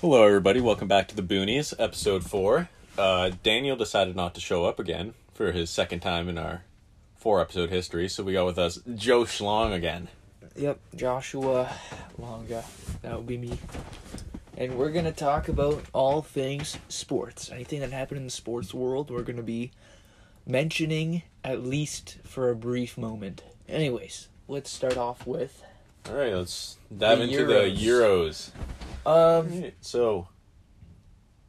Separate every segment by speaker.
Speaker 1: Hello, everybody. Welcome back to the Boonies, episode four. Uh, Daniel decided not to show up again for his second time in our four episode history, so we got with us Joe Schlong again.
Speaker 2: Yep, Joshua Longa. That would be me. And we're going to talk about all things sports. Anything that happened in the sports world, we're going to be mentioning at least for a brief moment. Anyways, let's start off with
Speaker 1: All right, let's dive
Speaker 2: The
Speaker 1: into the Euros.
Speaker 2: um
Speaker 1: Alright, So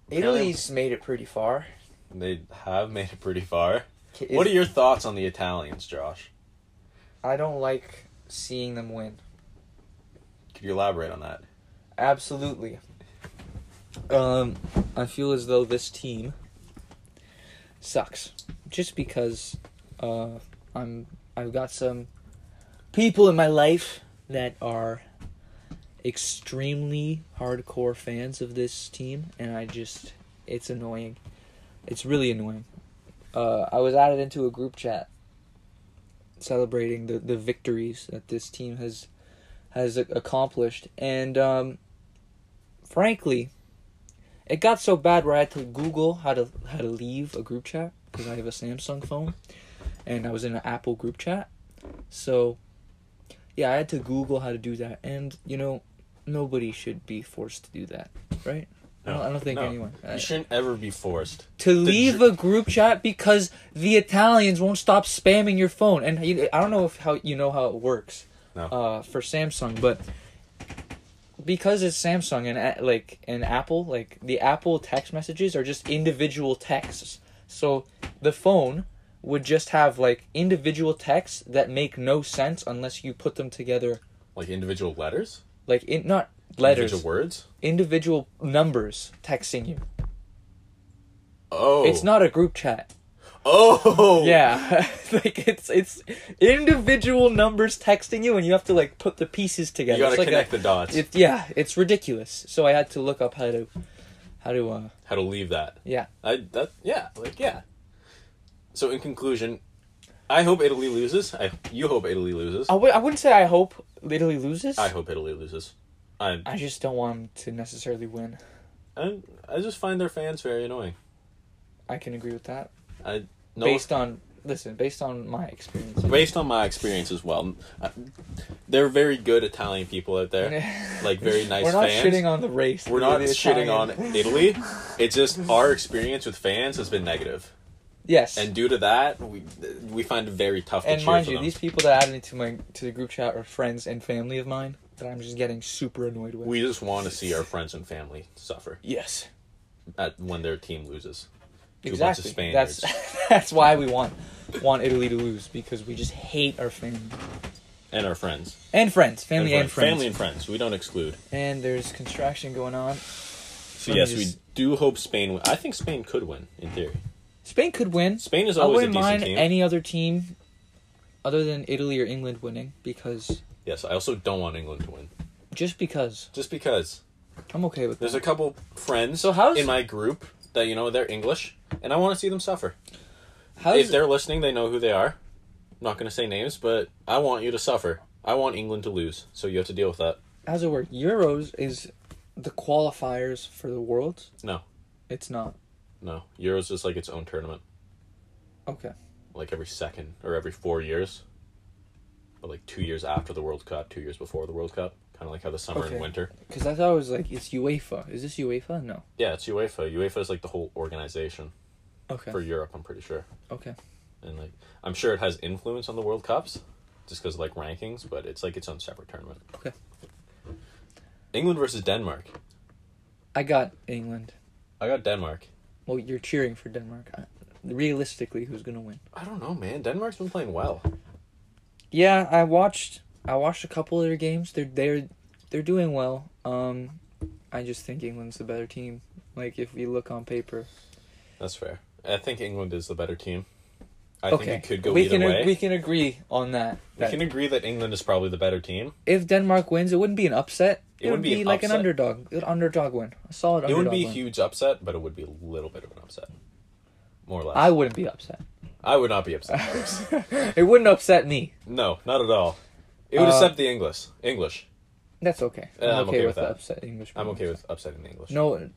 Speaker 2: Italy's made it pretty far.
Speaker 1: they have made it pretty far.
Speaker 2: K-
Speaker 1: What are
Speaker 2: is-
Speaker 1: your thoughts on the Italians, Josh?
Speaker 2: I don't like seeing them win.
Speaker 1: Could you elaborate on that?
Speaker 2: Absolutely. Um, I feel as though this team sucks, just because uh, I'm I've got some people in my life that are extremely hardcore fans of this team, and I just it's annoying. It's really annoying. Uh, I was added into a group chat celebrating the, the victories that this team has has a- accomplished. And um, frankly, it got so bad where I had to Google how to how to leave a group chat because I have a Samsung phone, and I was in an Apple group chat. So, yeah, I had to Google how to do that, and you know, nobody should be forced to do that, right? I, don't, I don't think
Speaker 1: No.
Speaker 2: anyone. I-
Speaker 1: You shouldn't ever be forced.
Speaker 2: to leave
Speaker 1: ju-
Speaker 2: a group chat because the Italians won't stop spamming your phone. And you, I don't know if how you know how it works
Speaker 1: No.
Speaker 2: uh, for Samsung, but because it's Samsung and a- like and Apple, like the Apple text messages are just individual texts. So the phone would just have like individual texts that make no sense unless you put them together
Speaker 1: Like individual letters,
Speaker 2: like in not letters
Speaker 1: individual words.
Speaker 2: individual numbers texting you
Speaker 1: Oh,
Speaker 2: it's not a group chat
Speaker 1: Oh,
Speaker 2: Yeah, like it's it's individual numbers texting you, and you have to like put the pieces together.
Speaker 1: You gotta
Speaker 2: it's like
Speaker 1: connect
Speaker 2: a,
Speaker 1: the dots.
Speaker 2: It, yeah, it's ridiculous. So I had to look up how to, how to uh
Speaker 1: How to leave that?
Speaker 2: yeah.
Speaker 1: I that yeah, like yeah. So in conclusion, I hope Italy loses. I you hope Italy loses.
Speaker 2: I w- I wouldn't say I hope Italy loses.
Speaker 1: I hope Italy loses. I,
Speaker 2: I just don't want 'em to necessarily win.
Speaker 1: I I just find their fans very annoying.
Speaker 2: I can agree with that.
Speaker 1: I no
Speaker 2: Based on listen, based on my experience.
Speaker 1: based on my experience as well. I, they're very good Italian people out there. like very nice
Speaker 2: We're not
Speaker 1: fans.
Speaker 2: shitting on the race.
Speaker 1: We're not
Speaker 2: the
Speaker 1: shitting on
Speaker 2: Italian-
Speaker 1: Italy. It's just our experience with fans has been negative,
Speaker 2: Yes.
Speaker 1: and due to that, we we find it very tough to
Speaker 2: and
Speaker 1: cheer
Speaker 2: mind
Speaker 1: for
Speaker 2: you,
Speaker 1: them.
Speaker 2: these people that added me to my to the group chat are friends and family of mine that I'm just getting super annoyed with.
Speaker 1: we just want to see our friends and family suffer
Speaker 2: yes,
Speaker 1: at when their team loses. Two bunch of
Speaker 2: exactly. That's
Speaker 1: Spaniards.
Speaker 2: that's why we want want Italy to lose because we just hate our family
Speaker 1: and our friends.
Speaker 2: and friends, family
Speaker 1: Everyone.
Speaker 2: and, friends.
Speaker 1: Family and friends. We don't exclude.
Speaker 2: And there's construction going on.
Speaker 1: So
Speaker 2: Let me
Speaker 1: yes,
Speaker 2: just-
Speaker 1: we do hope Spain. Win. I think Spain could win in theory.
Speaker 2: Spain could win.
Speaker 1: Spain is
Speaker 2: I
Speaker 1: always a
Speaker 2: wouldn't
Speaker 1: decent
Speaker 2: mind
Speaker 1: team.
Speaker 2: any other team other than Italy or England winning because
Speaker 1: yes, I also don't want England to win,
Speaker 2: just because
Speaker 1: just because
Speaker 2: I'm okay with that.
Speaker 1: there's a couple friends
Speaker 2: So how's-
Speaker 1: in my group that you know they're English, and I want to see them suffer. if
Speaker 2: How's
Speaker 1: they're listening, they know who they are. I'm not going to say names, but I want you to suffer. I want England to lose, so you have to deal with that.
Speaker 2: how's it work? Euros is the qualifiers for the world.
Speaker 1: No,
Speaker 2: It's not
Speaker 1: no, Euros is like its own tournament,
Speaker 2: okay.
Speaker 1: like every second or every four years, but like two years after the World Cup, two years before the World Cup, kind of like how the summer
Speaker 2: Okay.
Speaker 1: and winter.
Speaker 2: Because I thought it was like, it's UEFA. Is this UEFA? No.
Speaker 1: Yeah, it's UEFA. UEFA is like the whole organization
Speaker 2: Okay.
Speaker 1: for Europe. I'm pretty sure,
Speaker 2: okay.
Speaker 1: and like I'm sure it has influence on the World Cups, just because like rankings. But it's like its own separate tournament.
Speaker 2: Okay.
Speaker 1: England versus Denmark.
Speaker 2: I got England.
Speaker 1: I got Denmark.
Speaker 2: Well, you're cheering for Denmark.
Speaker 1: Uh,
Speaker 2: I- Realistically, who's gonna win?
Speaker 1: I don't know, man. Denmark's been playing well.
Speaker 2: Yeah, I watched. I watched a couple of their games. They're they're they're doing well. Um, I just think England's the better team. Like if we look on paper.
Speaker 1: That's fair. I think England is the better team. I
Speaker 2: okay.
Speaker 1: think it could go
Speaker 2: we
Speaker 1: either
Speaker 2: can
Speaker 1: way.
Speaker 2: we can agree on that.
Speaker 1: we
Speaker 2: that
Speaker 1: can agree that England is probably the better team.
Speaker 2: if Denmark wins, it wouldn't be an upset.
Speaker 1: It
Speaker 2: It, would
Speaker 1: wouldn't be
Speaker 2: be,
Speaker 1: an
Speaker 2: like
Speaker 1: upset.
Speaker 2: an underdog. An underdog win. A
Speaker 1: It
Speaker 2: solid underdog
Speaker 1: wouldn't be a
Speaker 2: win.
Speaker 1: huge upset, but it would be a little bit of an upset. More or less.
Speaker 2: I wouldn't be upset.
Speaker 1: I would not be upset.
Speaker 2: It wouldn't upset me.
Speaker 1: no, not at all. It would
Speaker 2: Uh,
Speaker 1: upset the English. English.
Speaker 2: That's okay. I'm,
Speaker 1: Uh, I'm
Speaker 2: okay,
Speaker 1: okay
Speaker 2: with,
Speaker 1: with
Speaker 2: the
Speaker 1: that.
Speaker 2: upset English.
Speaker 1: I'm okay
Speaker 2: pronouns.
Speaker 1: with upsetting the English.
Speaker 2: No,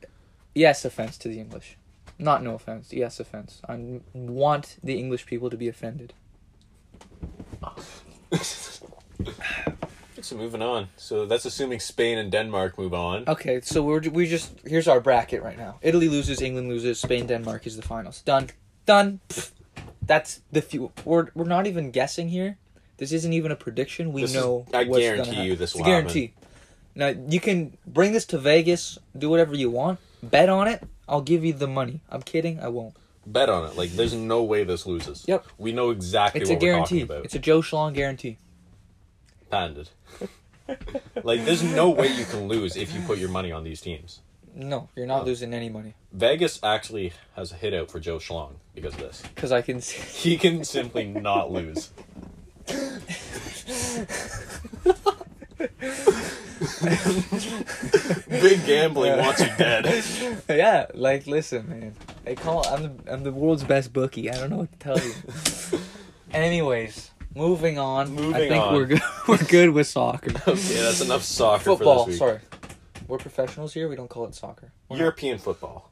Speaker 2: yes, offense to the English. Not no offense. Yes, offense. I n- want the English people to be offended.
Speaker 1: So moving on. So that's assuming Spain and Denmark move on.
Speaker 2: Okay, so we're ju- we just here's our bracket right now. Italy loses, England loses, Spain, Denmark is the finals. Done, done. Pfft. That's the few. We're we're not even guessing here. This isn't even a prediction. We
Speaker 1: This is-
Speaker 2: know.
Speaker 1: I
Speaker 2: what's
Speaker 1: guarantee
Speaker 2: gonna happen.
Speaker 1: you this
Speaker 2: It's a
Speaker 1: will happen.
Speaker 2: guarantee. Now you can bring this to Vegas. Do whatever you want. Bet on it. I'll give you the money. I'm kidding. I won't.
Speaker 1: Bet on it. Like there's no way this loses.
Speaker 2: Yep.
Speaker 1: We know exactly
Speaker 2: It's a
Speaker 1: what we're talking
Speaker 2: guarantee.
Speaker 1: about.
Speaker 2: It's a Joe Schlong guarantee.
Speaker 1: Patented. like there's no way you can lose if you put your money on these teams.
Speaker 2: No, you're
Speaker 1: Oh.
Speaker 2: not losing any money
Speaker 1: Vegas actually has a hit out for Joe Schlong because of this.
Speaker 2: because I can see.
Speaker 1: He can simply not lose. Big gambling wants you dead.
Speaker 2: yeah, like listen, man. They call I'm the, I'm the world's best bookie. I don't know what to tell you. Anyways, moving on. I
Speaker 1: Moving
Speaker 2: think
Speaker 1: on.
Speaker 2: we're good. we're good with soccer.
Speaker 1: Okay, that's enough soccer for
Speaker 2: Football.
Speaker 1: this week.
Speaker 2: Sorry, we're professionals here. We don't call it soccer. We're not-
Speaker 1: European football.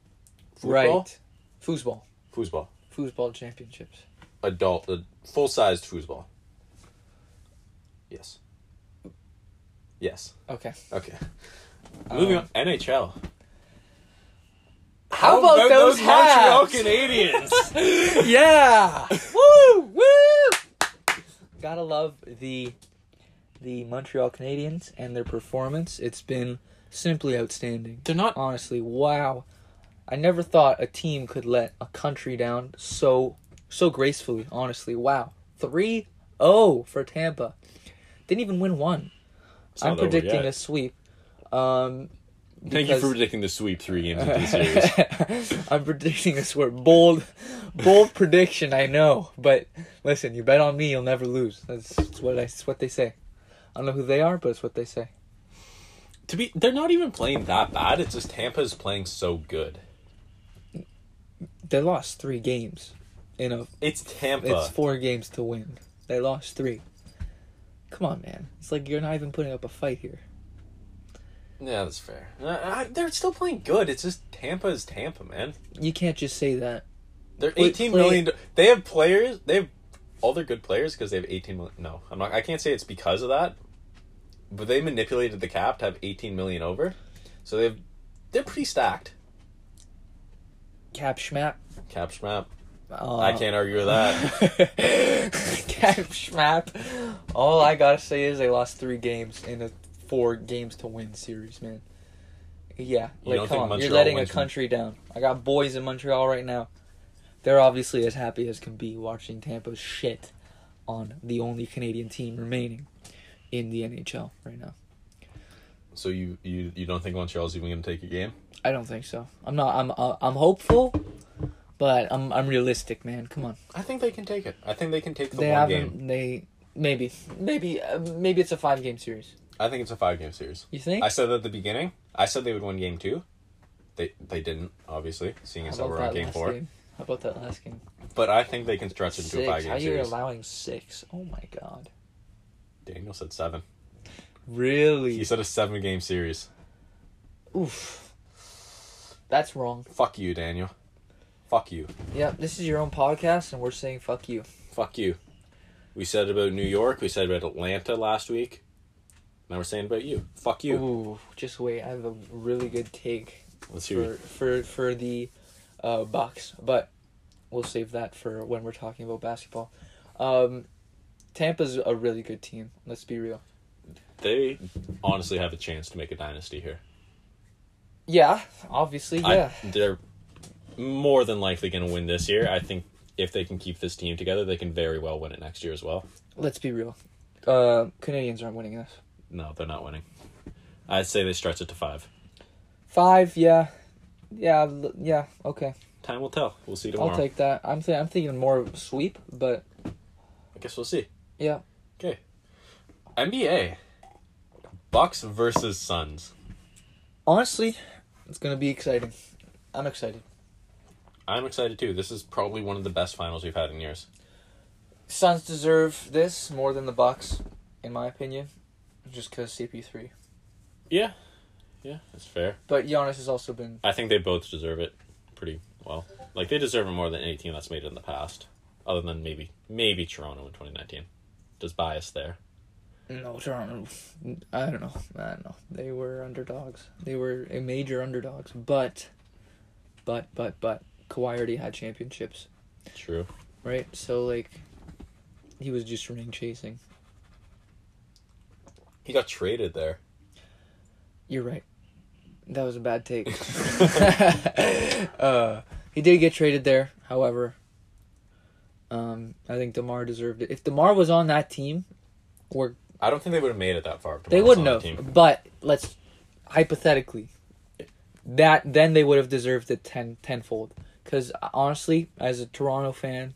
Speaker 1: Football?
Speaker 2: right. Foosball.
Speaker 1: Foosball.
Speaker 2: Foosball championships.
Speaker 1: Adult, uh, full-sized foosball. Yes. Yes.
Speaker 2: Okay.
Speaker 1: Okay. Uh, Moving
Speaker 2: Um,
Speaker 1: on. NHL.
Speaker 2: How, about, those,
Speaker 1: Montreal
Speaker 2: hats?
Speaker 1: Canadiens?
Speaker 2: yeah. woo! Woo! Gotta love the the Montreal Canadiens and their performance. It's been simply outstanding.
Speaker 1: They're not.
Speaker 2: Honestly, wow. I never thought a team could let a country down so so gracefully, honestly. Wow. 3-0 for Tampa. Didn't even win one.
Speaker 1: It's
Speaker 2: I'm
Speaker 1: not over
Speaker 2: predicting
Speaker 1: yet.
Speaker 2: a sweep. Um
Speaker 1: Thank you for
Speaker 2: because-
Speaker 1: predicting the sweep three games into the series.
Speaker 2: I'm predicting a swear. Bold, bold prediction. I know, but listen, you bet on me, you'll never lose. That's, that's what I. That's what they say. I don't know who they are, but it's what they say.
Speaker 1: to be, they're not even playing that bad. It's just Tampa's playing so good.
Speaker 2: They lost three games. In a,
Speaker 1: It's Tampa.
Speaker 2: it's four games to win. They lost three. Come on, man. It's like you're not even putting up a fight here.
Speaker 1: yeah, that's fair. Uh, uh, they're still playing good. It's just Tampa is Tampa, man.
Speaker 2: You can't just say that.
Speaker 1: They're
Speaker 2: Wait,
Speaker 1: eighteen
Speaker 2: play-
Speaker 1: million. They have players. They have all their good players because they have eighteen million. No, I'm not. I can't say it's because of that. But they manipulated the cap to have eighteen million over, so they've they're pretty stacked.
Speaker 2: Cap schmap.
Speaker 1: Cap schmap.
Speaker 2: Uh,
Speaker 1: I can't argue with that.
Speaker 2: Cap schmap. All I gotta say is they lost three games in a four games to win series, man. Yeah,
Speaker 1: You
Speaker 2: like
Speaker 1: don't
Speaker 2: come
Speaker 1: think
Speaker 2: on, you're
Speaker 1: Montreal
Speaker 2: letting a
Speaker 1: wins from-
Speaker 2: country down. I got boys in Montreal right now. They're obviously as happy as can be watching Tampa shit on the only Canadian team remaining in the NHL right now.
Speaker 1: so you you you don't think Montreal's even going to take a game?
Speaker 2: I don't think so. I'm not. I'm. uh, I'm hopeful, but I'm. I'm realistic, man. Come on.
Speaker 1: I think they can take it. I think they can take the
Speaker 2: they
Speaker 1: one
Speaker 2: haven't.
Speaker 1: game.
Speaker 2: They maybe. Maybe. Uh, maybe it's a five game series.
Speaker 1: I think it's a five game series.
Speaker 2: You think?
Speaker 1: I said that at the beginning. I said they would win game two. They they didn't obviously, seeing as
Speaker 2: How
Speaker 1: how
Speaker 2: about
Speaker 1: we're on
Speaker 2: that
Speaker 1: game
Speaker 2: last
Speaker 1: four.
Speaker 2: How about that last game?
Speaker 1: But I think they can stretch it into a five
Speaker 2: Six. How
Speaker 1: game
Speaker 2: you're
Speaker 1: series.
Speaker 2: allowing six? Oh my god.
Speaker 1: Daniel said seven. He
Speaker 2: Really?
Speaker 1: said a seven game series.
Speaker 2: Oof. That's wrong.
Speaker 1: Fuck you, Daniel. Fuck you.
Speaker 2: Yep. This is your own podcast, and we're saying fuck you.
Speaker 1: Fuck you. We said about New York. We said about Atlanta last week. Now we're saying about you. Fuck you.
Speaker 2: Ooh. Just wait. I have a really good take
Speaker 1: Let's hear
Speaker 2: for
Speaker 1: it.
Speaker 2: for for the uh, Bucks, but we'll save that for when we're talking about basketball. Um, Tampa's a really good team. Let's be real.
Speaker 1: They honestly have a chance to make a dynasty here.
Speaker 2: Yeah. Obviously. Yeah.
Speaker 1: I, they're more than likely going to win this year. I think if they can keep this team together, they can very well win it next year as well.
Speaker 2: Let's be real. Uh, Canadians aren't winning this.
Speaker 1: No, they're not winning. I'd say they stretch it to five.
Speaker 2: Five, yeah, yeah, l- yeah. Okay,
Speaker 1: Time will tell. We'll see tomorrow.
Speaker 2: I'll take that. I'm th- I'm thinking more of sweep, but
Speaker 1: I guess we'll see.
Speaker 2: yeah,
Speaker 1: Okay. NBA. Bucks versus Suns.
Speaker 2: honestly, it's gonna be exciting. I'm excited.
Speaker 1: I'm excited too. This is probably one of the best finals we've had in years.
Speaker 2: Suns deserve this more than the Bucks, in my opinion, just because CP3.
Speaker 1: Yeah, yeah, that's fair.
Speaker 2: But Giannis has also been
Speaker 1: I think they both deserve it pretty well. Like they deserve it more than any team that's made it in the past, other than maybe maybe Toronto in twenty nineteen. Just bias there.
Speaker 2: no Toronto. I don't know. I don't know. They were underdogs. They were a major underdogs. But, but, but, but Kawhi already had championships,
Speaker 1: True.
Speaker 2: right? So like, he was just ring chasing.
Speaker 1: He got traded there.
Speaker 2: You're right. That was a bad take. uh, he did get traded there, however. Um, I think Demar deserved it. If Demar was on that team, or
Speaker 1: I don't think they would have made it that far. if
Speaker 2: they
Speaker 1: Toronto's
Speaker 2: wouldn't
Speaker 1: on
Speaker 2: have.
Speaker 1: the team.
Speaker 2: But let's hypothetically, that then they would have deserved it ten tenfold. Because honestly, as a Toronto fan,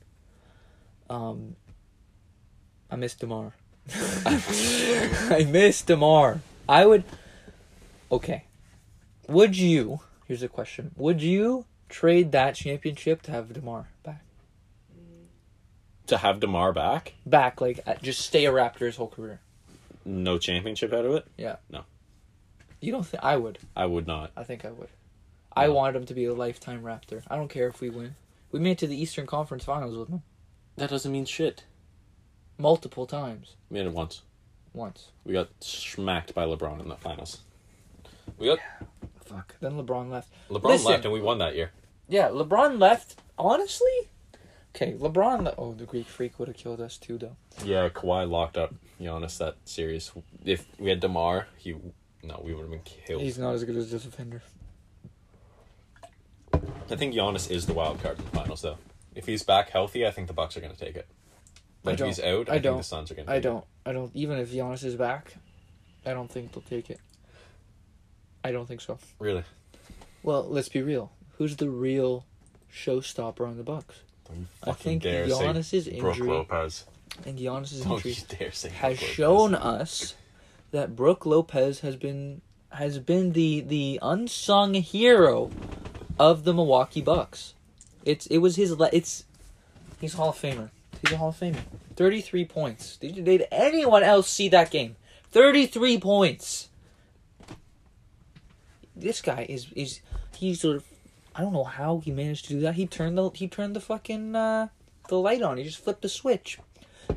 Speaker 2: um, I miss Demar. I miss Demar. I would. Okay, would you? Here's a question: Would you trade that championship to have Demar back?
Speaker 1: To have Demar back,
Speaker 2: Back, like uh, just stay a Raptor his whole career.
Speaker 1: no championship out of it.
Speaker 2: Yeah.
Speaker 1: No.
Speaker 2: You don't think I would?
Speaker 1: I would not.
Speaker 2: I think I would. I
Speaker 1: Wow.
Speaker 2: wanted him to be a lifetime Raptor. I don't care if we win. We made it to the Eastern Conference Finals with him
Speaker 1: That doesn't mean shit.
Speaker 2: multiple times.
Speaker 1: Made it once.
Speaker 2: Once.
Speaker 1: We got smacked by LeBron in the finals. We got
Speaker 2: Fuck. Then LeBron left.
Speaker 1: LeBron
Speaker 2: Listen.
Speaker 1: left and we won that year.
Speaker 2: Yeah, LeBron left. Honestly, okay. LeBron. Le- oh, the Greek Freak would have killed us too, though.
Speaker 1: Yeah, Kawhi locked up Giannis that series. If we had Demar, he no, we would have been killed.
Speaker 2: He's not as good as his defender.
Speaker 1: I think Giannis is the wild card in the finals, though. If he's back healthy, I think the Bucks are going to take it. But
Speaker 2: I
Speaker 1: if
Speaker 2: don't-
Speaker 1: he's out, I,
Speaker 2: I
Speaker 1: think
Speaker 2: don't-
Speaker 1: the Suns are going to.
Speaker 2: I don't. I don't. Even if Giannis is back, I don't think they'll take it. I don't think so.
Speaker 1: really.
Speaker 2: Well, let's be real. Who's the real showstopper on the Bucks?
Speaker 1: Don't you
Speaker 2: I
Speaker 1: fucking
Speaker 2: think
Speaker 1: dare say
Speaker 2: Giannis's
Speaker 1: Brook
Speaker 2: injury.
Speaker 1: Lopez.
Speaker 2: I think Giannis's
Speaker 1: Don't
Speaker 2: injury
Speaker 1: you dare say
Speaker 2: has
Speaker 1: Brook Lopez.
Speaker 2: shown us that Brooke Lopez has been has been the the unsung hero of the Milwaukee Bucks. It's it was his le- it's he's a Hall of Famer. He's a Hall of Famer. Thirty three points. Did you did anyone else see that game? Thirty three points. This guy is is he sort of I don't know how he managed to do that. He turned the he turned the fucking uh, the light on. He just flipped the switch,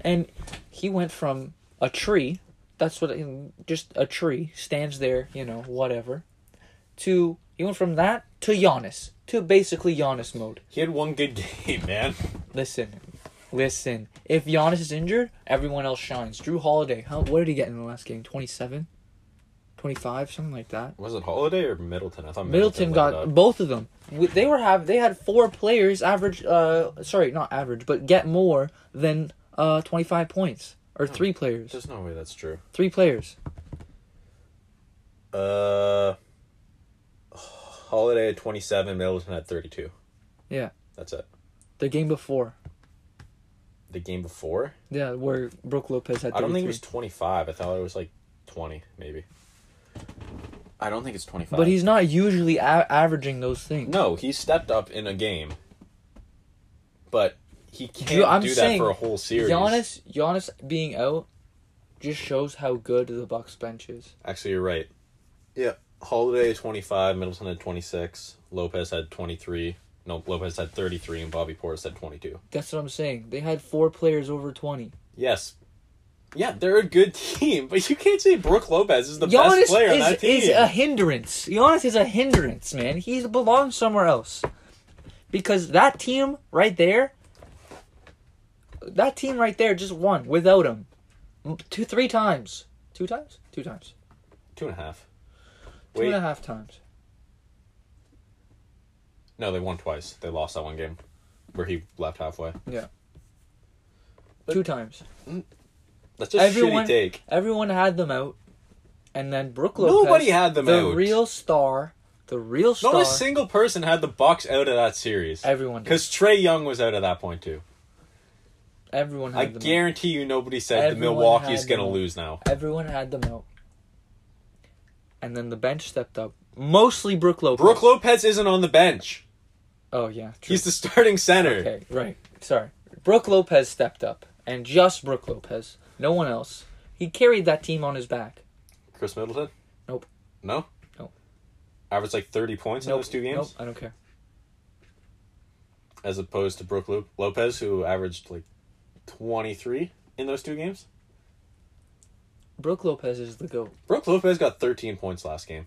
Speaker 2: and he went from a tree that's what just a tree stands there you know whatever to he went from that to Giannis to basically Giannis mode
Speaker 1: He had one good game, man.
Speaker 2: listen listen if Giannis is injured everyone else shines Drew Holiday how, what did he get in the last game 27 25 something like that
Speaker 1: Was it Holiday or Middleton? I thought
Speaker 2: Middleton got both of them. We- They were have they had four players average. Uh, sorry, not average, but get more than uh twenty five points or three players.
Speaker 1: There's no way that's true.
Speaker 2: Three players.
Speaker 1: Uh, Holiday at 27, Middleton at 32.
Speaker 2: Yeah.
Speaker 1: That's it.
Speaker 2: The game before.
Speaker 1: The game before?
Speaker 2: Yeah, where Brooke Lopez had.
Speaker 1: I don't think it
Speaker 2: 33.
Speaker 1: was 25. I thought it was like 20, maybe. I don't think it's 25.
Speaker 2: But he's not usually a- averaging those things.
Speaker 1: No, he stepped up in a game. But he can't
Speaker 2: Drew, I'm
Speaker 1: do that
Speaker 2: saying
Speaker 1: for a whole series.
Speaker 2: Giannis, Giannis being out, just shows how good the Bucks bench is.
Speaker 1: Actually, you're right. Yeah. Holiday at 25, Middleton at 26, Lopez had 23. No, Lopez had 33, and Bobby Portis had 22.
Speaker 2: That's what I'm saying. They had four players over twenty.
Speaker 1: Yes. Yeah, they're a good team, but you can't say Brooke Lopez is the
Speaker 2: Giannis
Speaker 1: best player on
Speaker 2: is,
Speaker 1: that team.
Speaker 2: is a hindrance. Giannis is a hindrance, man. He belongs somewhere else. Because that team right there, that team right there just won without him. M- Two, three times. Two times? Two times.
Speaker 1: Two and a half.
Speaker 2: Two and
Speaker 1: Wait,
Speaker 2: a half times.
Speaker 1: no, they won twice. They lost that one game where he left halfway. But-
Speaker 2: Two times.
Speaker 1: That's just
Speaker 2: Everyone-
Speaker 1: shitty take.
Speaker 2: Everyone had them out. And then Brook Lopez.
Speaker 1: Nobody had them
Speaker 2: the
Speaker 1: out.
Speaker 2: real star. The real star.
Speaker 1: Not a single person had the Bucks out of that series.
Speaker 2: everyone did.
Speaker 1: Because Trey Young was out at that point too.
Speaker 2: Everyone had
Speaker 1: I
Speaker 2: them out.
Speaker 1: guarantee you, nobody said the
Speaker 2: Everyone
Speaker 1: Milwaukee is
Speaker 2: had
Speaker 1: gonna
Speaker 2: them.
Speaker 1: lose now.
Speaker 2: Everyone had them out. And then the bench stepped up. Mostly Brook Lopez.
Speaker 1: Brooke Lopez isn't on the bench.
Speaker 2: Oh, yeah. True.
Speaker 1: He's the starting center.
Speaker 2: okay, right. Sorry. Brook Lopez stepped up. And just Brook Lopez. No one else. He carried that team on his back.
Speaker 1: Chris Middleton.
Speaker 2: Nope.
Speaker 1: No.
Speaker 2: No.
Speaker 1: Averaged like thirty points in
Speaker 2: Nope,
Speaker 1: those two games,
Speaker 2: Nope, I don't care.
Speaker 1: as opposed to Brooke Lo- Lopez, who averaged like twenty three in those two games.
Speaker 2: Brooke Lopez is the goat.
Speaker 1: Brooke Lopez got thirteen points last game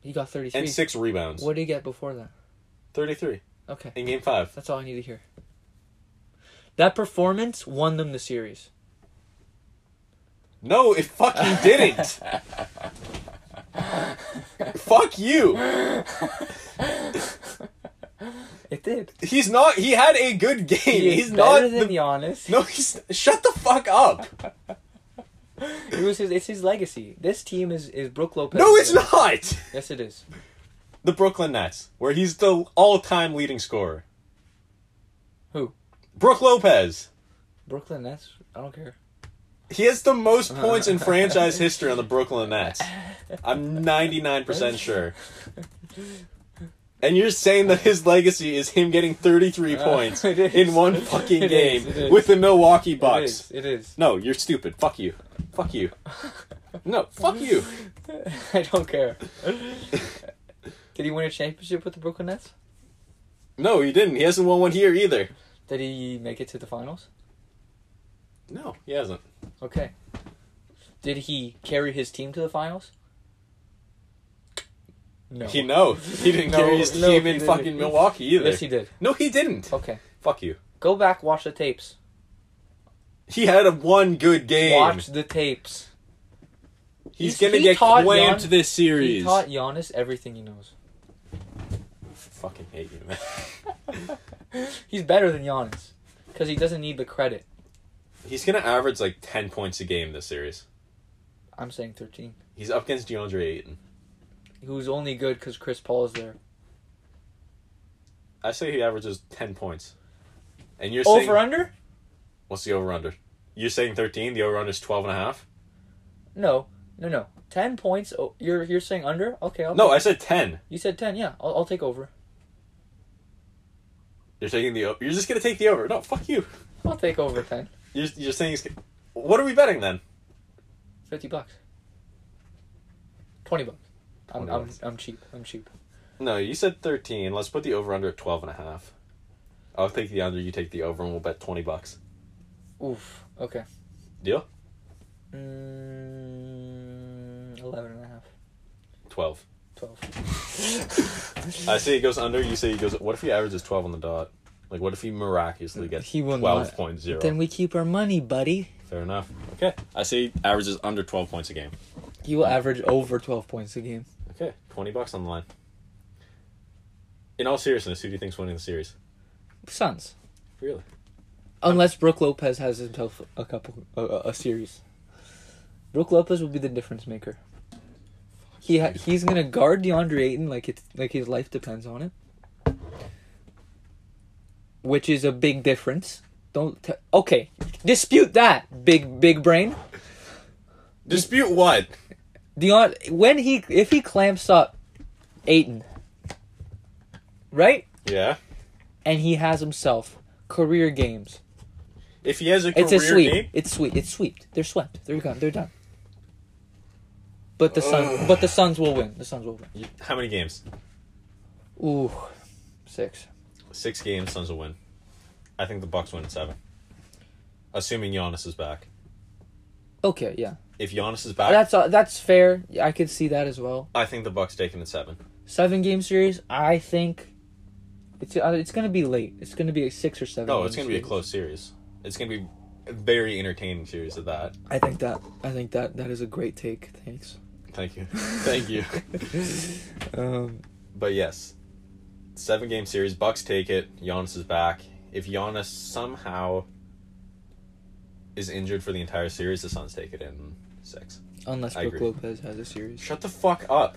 Speaker 2: He got thirty three.
Speaker 1: and six rebounds.
Speaker 2: What did he get before that?
Speaker 1: Thirty three
Speaker 2: Okay,
Speaker 1: in game five.
Speaker 2: that's all I need to hear. That performance won them the series.
Speaker 1: No, it fucking didn't. Fuck you.
Speaker 2: It did.
Speaker 1: He's not. He had a good game.
Speaker 2: He is
Speaker 1: he's not.
Speaker 2: better than
Speaker 1: the-
Speaker 2: Giannis.
Speaker 1: no, he's. Shut the fuck up.
Speaker 2: It was his, it's his legacy. This team is is Brooke Lopez.
Speaker 1: No, it's not.
Speaker 2: Yes, it is.
Speaker 1: The Brooklyn Nets, where he's the all-time leading scorer.
Speaker 2: Who?
Speaker 1: Brooke Lopez.
Speaker 2: Brooklyn Nets. I don't care.
Speaker 1: He has the most
Speaker 2: Uh-huh.
Speaker 1: points in franchise history on the Brooklyn Nets. I'm 99% sure. And you're saying that his legacy is him getting 33
Speaker 2: Uh,
Speaker 1: points
Speaker 2: it is.
Speaker 1: in one fucking
Speaker 2: It
Speaker 1: game
Speaker 2: is, it is.
Speaker 1: with the Milwaukee
Speaker 2: It
Speaker 1: Bucks.
Speaker 2: is. It is.
Speaker 1: No, you're stupid. Fuck you. Fuck you. No, fuck you.
Speaker 2: I don't care. Did he win a championship with the Brooklyn Nets?
Speaker 1: No, he didn't. He hasn't won one here either.
Speaker 2: Did he make it to the finals?
Speaker 1: No, he hasn't.
Speaker 2: Okay. Did he carry his team to the finals? No.
Speaker 1: He no. He didn't
Speaker 2: No,
Speaker 1: carry his
Speaker 2: no,
Speaker 1: team
Speaker 2: he
Speaker 1: in
Speaker 2: didn't.
Speaker 1: fucking Milwaukee either.
Speaker 2: Yes, he did.
Speaker 1: No, he didn't.
Speaker 2: Okay.
Speaker 1: Fuck you.
Speaker 2: Go back, watch the tapes.
Speaker 1: He had a one good game.
Speaker 2: Watch the tapes.
Speaker 1: He's
Speaker 2: He's-
Speaker 1: gonna
Speaker 2: he
Speaker 1: get
Speaker 2: taught
Speaker 1: clamped
Speaker 2: Gian-
Speaker 1: this series.
Speaker 2: He taught Giannis everything he knows.
Speaker 1: Fucking hate you, man.
Speaker 2: He's better than Giannis because he doesn't need the credit.
Speaker 1: He's gonna average like ten points a game this series.
Speaker 2: I'm saying 13.
Speaker 1: He's up against DeAndre Ayton.
Speaker 2: Who's only good because Chris Paul is there.
Speaker 1: I say he averages ten points. And you're saying
Speaker 2: Over under?
Speaker 1: what's the over under? You're saying thirteen. The over under is twelve and a half.
Speaker 2: No, no, no. 10 points. Oh, you're you're saying under? Okay. I'll
Speaker 1: No, I said ten.
Speaker 2: You said 10. Yeah, I'll, I'll take over.
Speaker 1: You're taking the. o- You're just gonna take the over. No, fuck you.
Speaker 2: I'll take over 10.
Speaker 1: You're you're saying. He's, what are we betting then?
Speaker 2: 50 bucks. 20 bucks. I'm,
Speaker 1: 20
Speaker 2: I'm,
Speaker 1: bucks.
Speaker 2: I'm cheap. I'm cheap.
Speaker 1: No, you said 13. Let's put the over under at 12 and a half. I'll take the under, you take the over, and we'll bet 20 bucks.
Speaker 2: Oof. Okay.
Speaker 1: Deal?
Speaker 2: Mm, 11 and a half.
Speaker 1: 12.
Speaker 2: 12.
Speaker 1: I say he goes under, you say he goes. What if he averages 12 on the dot? Like, what if he miraculously gets
Speaker 2: He will not.
Speaker 1: 12.0?
Speaker 2: Then we keep our money, buddy.
Speaker 1: Fair enough. Okay. I say he averages under 12 points a game.
Speaker 2: You will average over 12 points a game.
Speaker 1: Okay. 20 bucks on the line. In all seriousness, who do you think's winning the series?
Speaker 2: Suns.
Speaker 1: Really?
Speaker 2: Unless Brooke Lopez has himself a couple a, a series, Brooke Lopez will be the difference maker. He ha- he's gonna guard DeAndre Ayton like it's like his life depends on it, which is a big difference. Don't t- okay dispute that big big brain.
Speaker 1: Dispute what?
Speaker 2: Deon when he if he clamps up Ayton, right,
Speaker 1: Yeah.
Speaker 2: and he has himself career games.
Speaker 1: If he has a career
Speaker 2: It's a sweep.
Speaker 1: game,
Speaker 2: It's sweep. It's sweeped. They're swept. They're gone. They're done. But the Suns. But the Suns will win. The Suns will win.
Speaker 1: you- how many games?
Speaker 2: Ooh, six.
Speaker 1: Six games, Suns will win. I think the Bucks win in seven. Assuming Giannis is back.
Speaker 2: Okay, yeah.
Speaker 1: If Giannis is back,
Speaker 2: That's uh, that's fair. I could see that as well.
Speaker 1: I think the Bucks take it in seven.
Speaker 2: Seven game series. I think it's uh, it's gonna be late. It's gonna be a six or seven.
Speaker 1: No, Oh, it's
Speaker 2: game
Speaker 1: going to be a
Speaker 2: series.
Speaker 1: close series. It's going to be a very entertaining series of that.
Speaker 2: I think that I think that that is a great take. Thanks.
Speaker 1: Thank you, thank you.
Speaker 2: Um,
Speaker 1: But yes, seven game series. Bucks take it. Giannis is back. If Giannis somehow is injured for the entire series, the Suns take it in six.
Speaker 2: unless
Speaker 1: I
Speaker 2: Brooke
Speaker 1: agree.
Speaker 2: Lopez has a series,
Speaker 1: Shut the fuck up.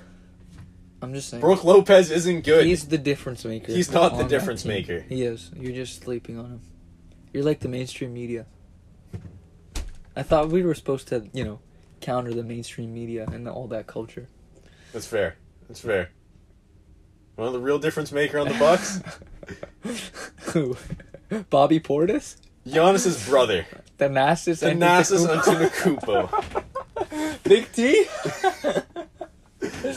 Speaker 2: I'm just saying.
Speaker 1: Brooke Lopez isn't good.
Speaker 2: He's the difference maker.
Speaker 1: He's not the
Speaker 2: on that
Speaker 1: difference
Speaker 2: team.
Speaker 1: maker.
Speaker 2: He is. You're just sleeping on him. You're like the mainstream media. I thought we were supposed to, you know, counter the mainstream media and all that culture.
Speaker 1: That's fair. That's fair. Well, the real difference maker on the Bucks,
Speaker 2: Who? Bobby Portis?
Speaker 1: Giannis's brother,
Speaker 2: Thanasis
Speaker 1: Thanasis Antetokounmpo.
Speaker 2: Big T?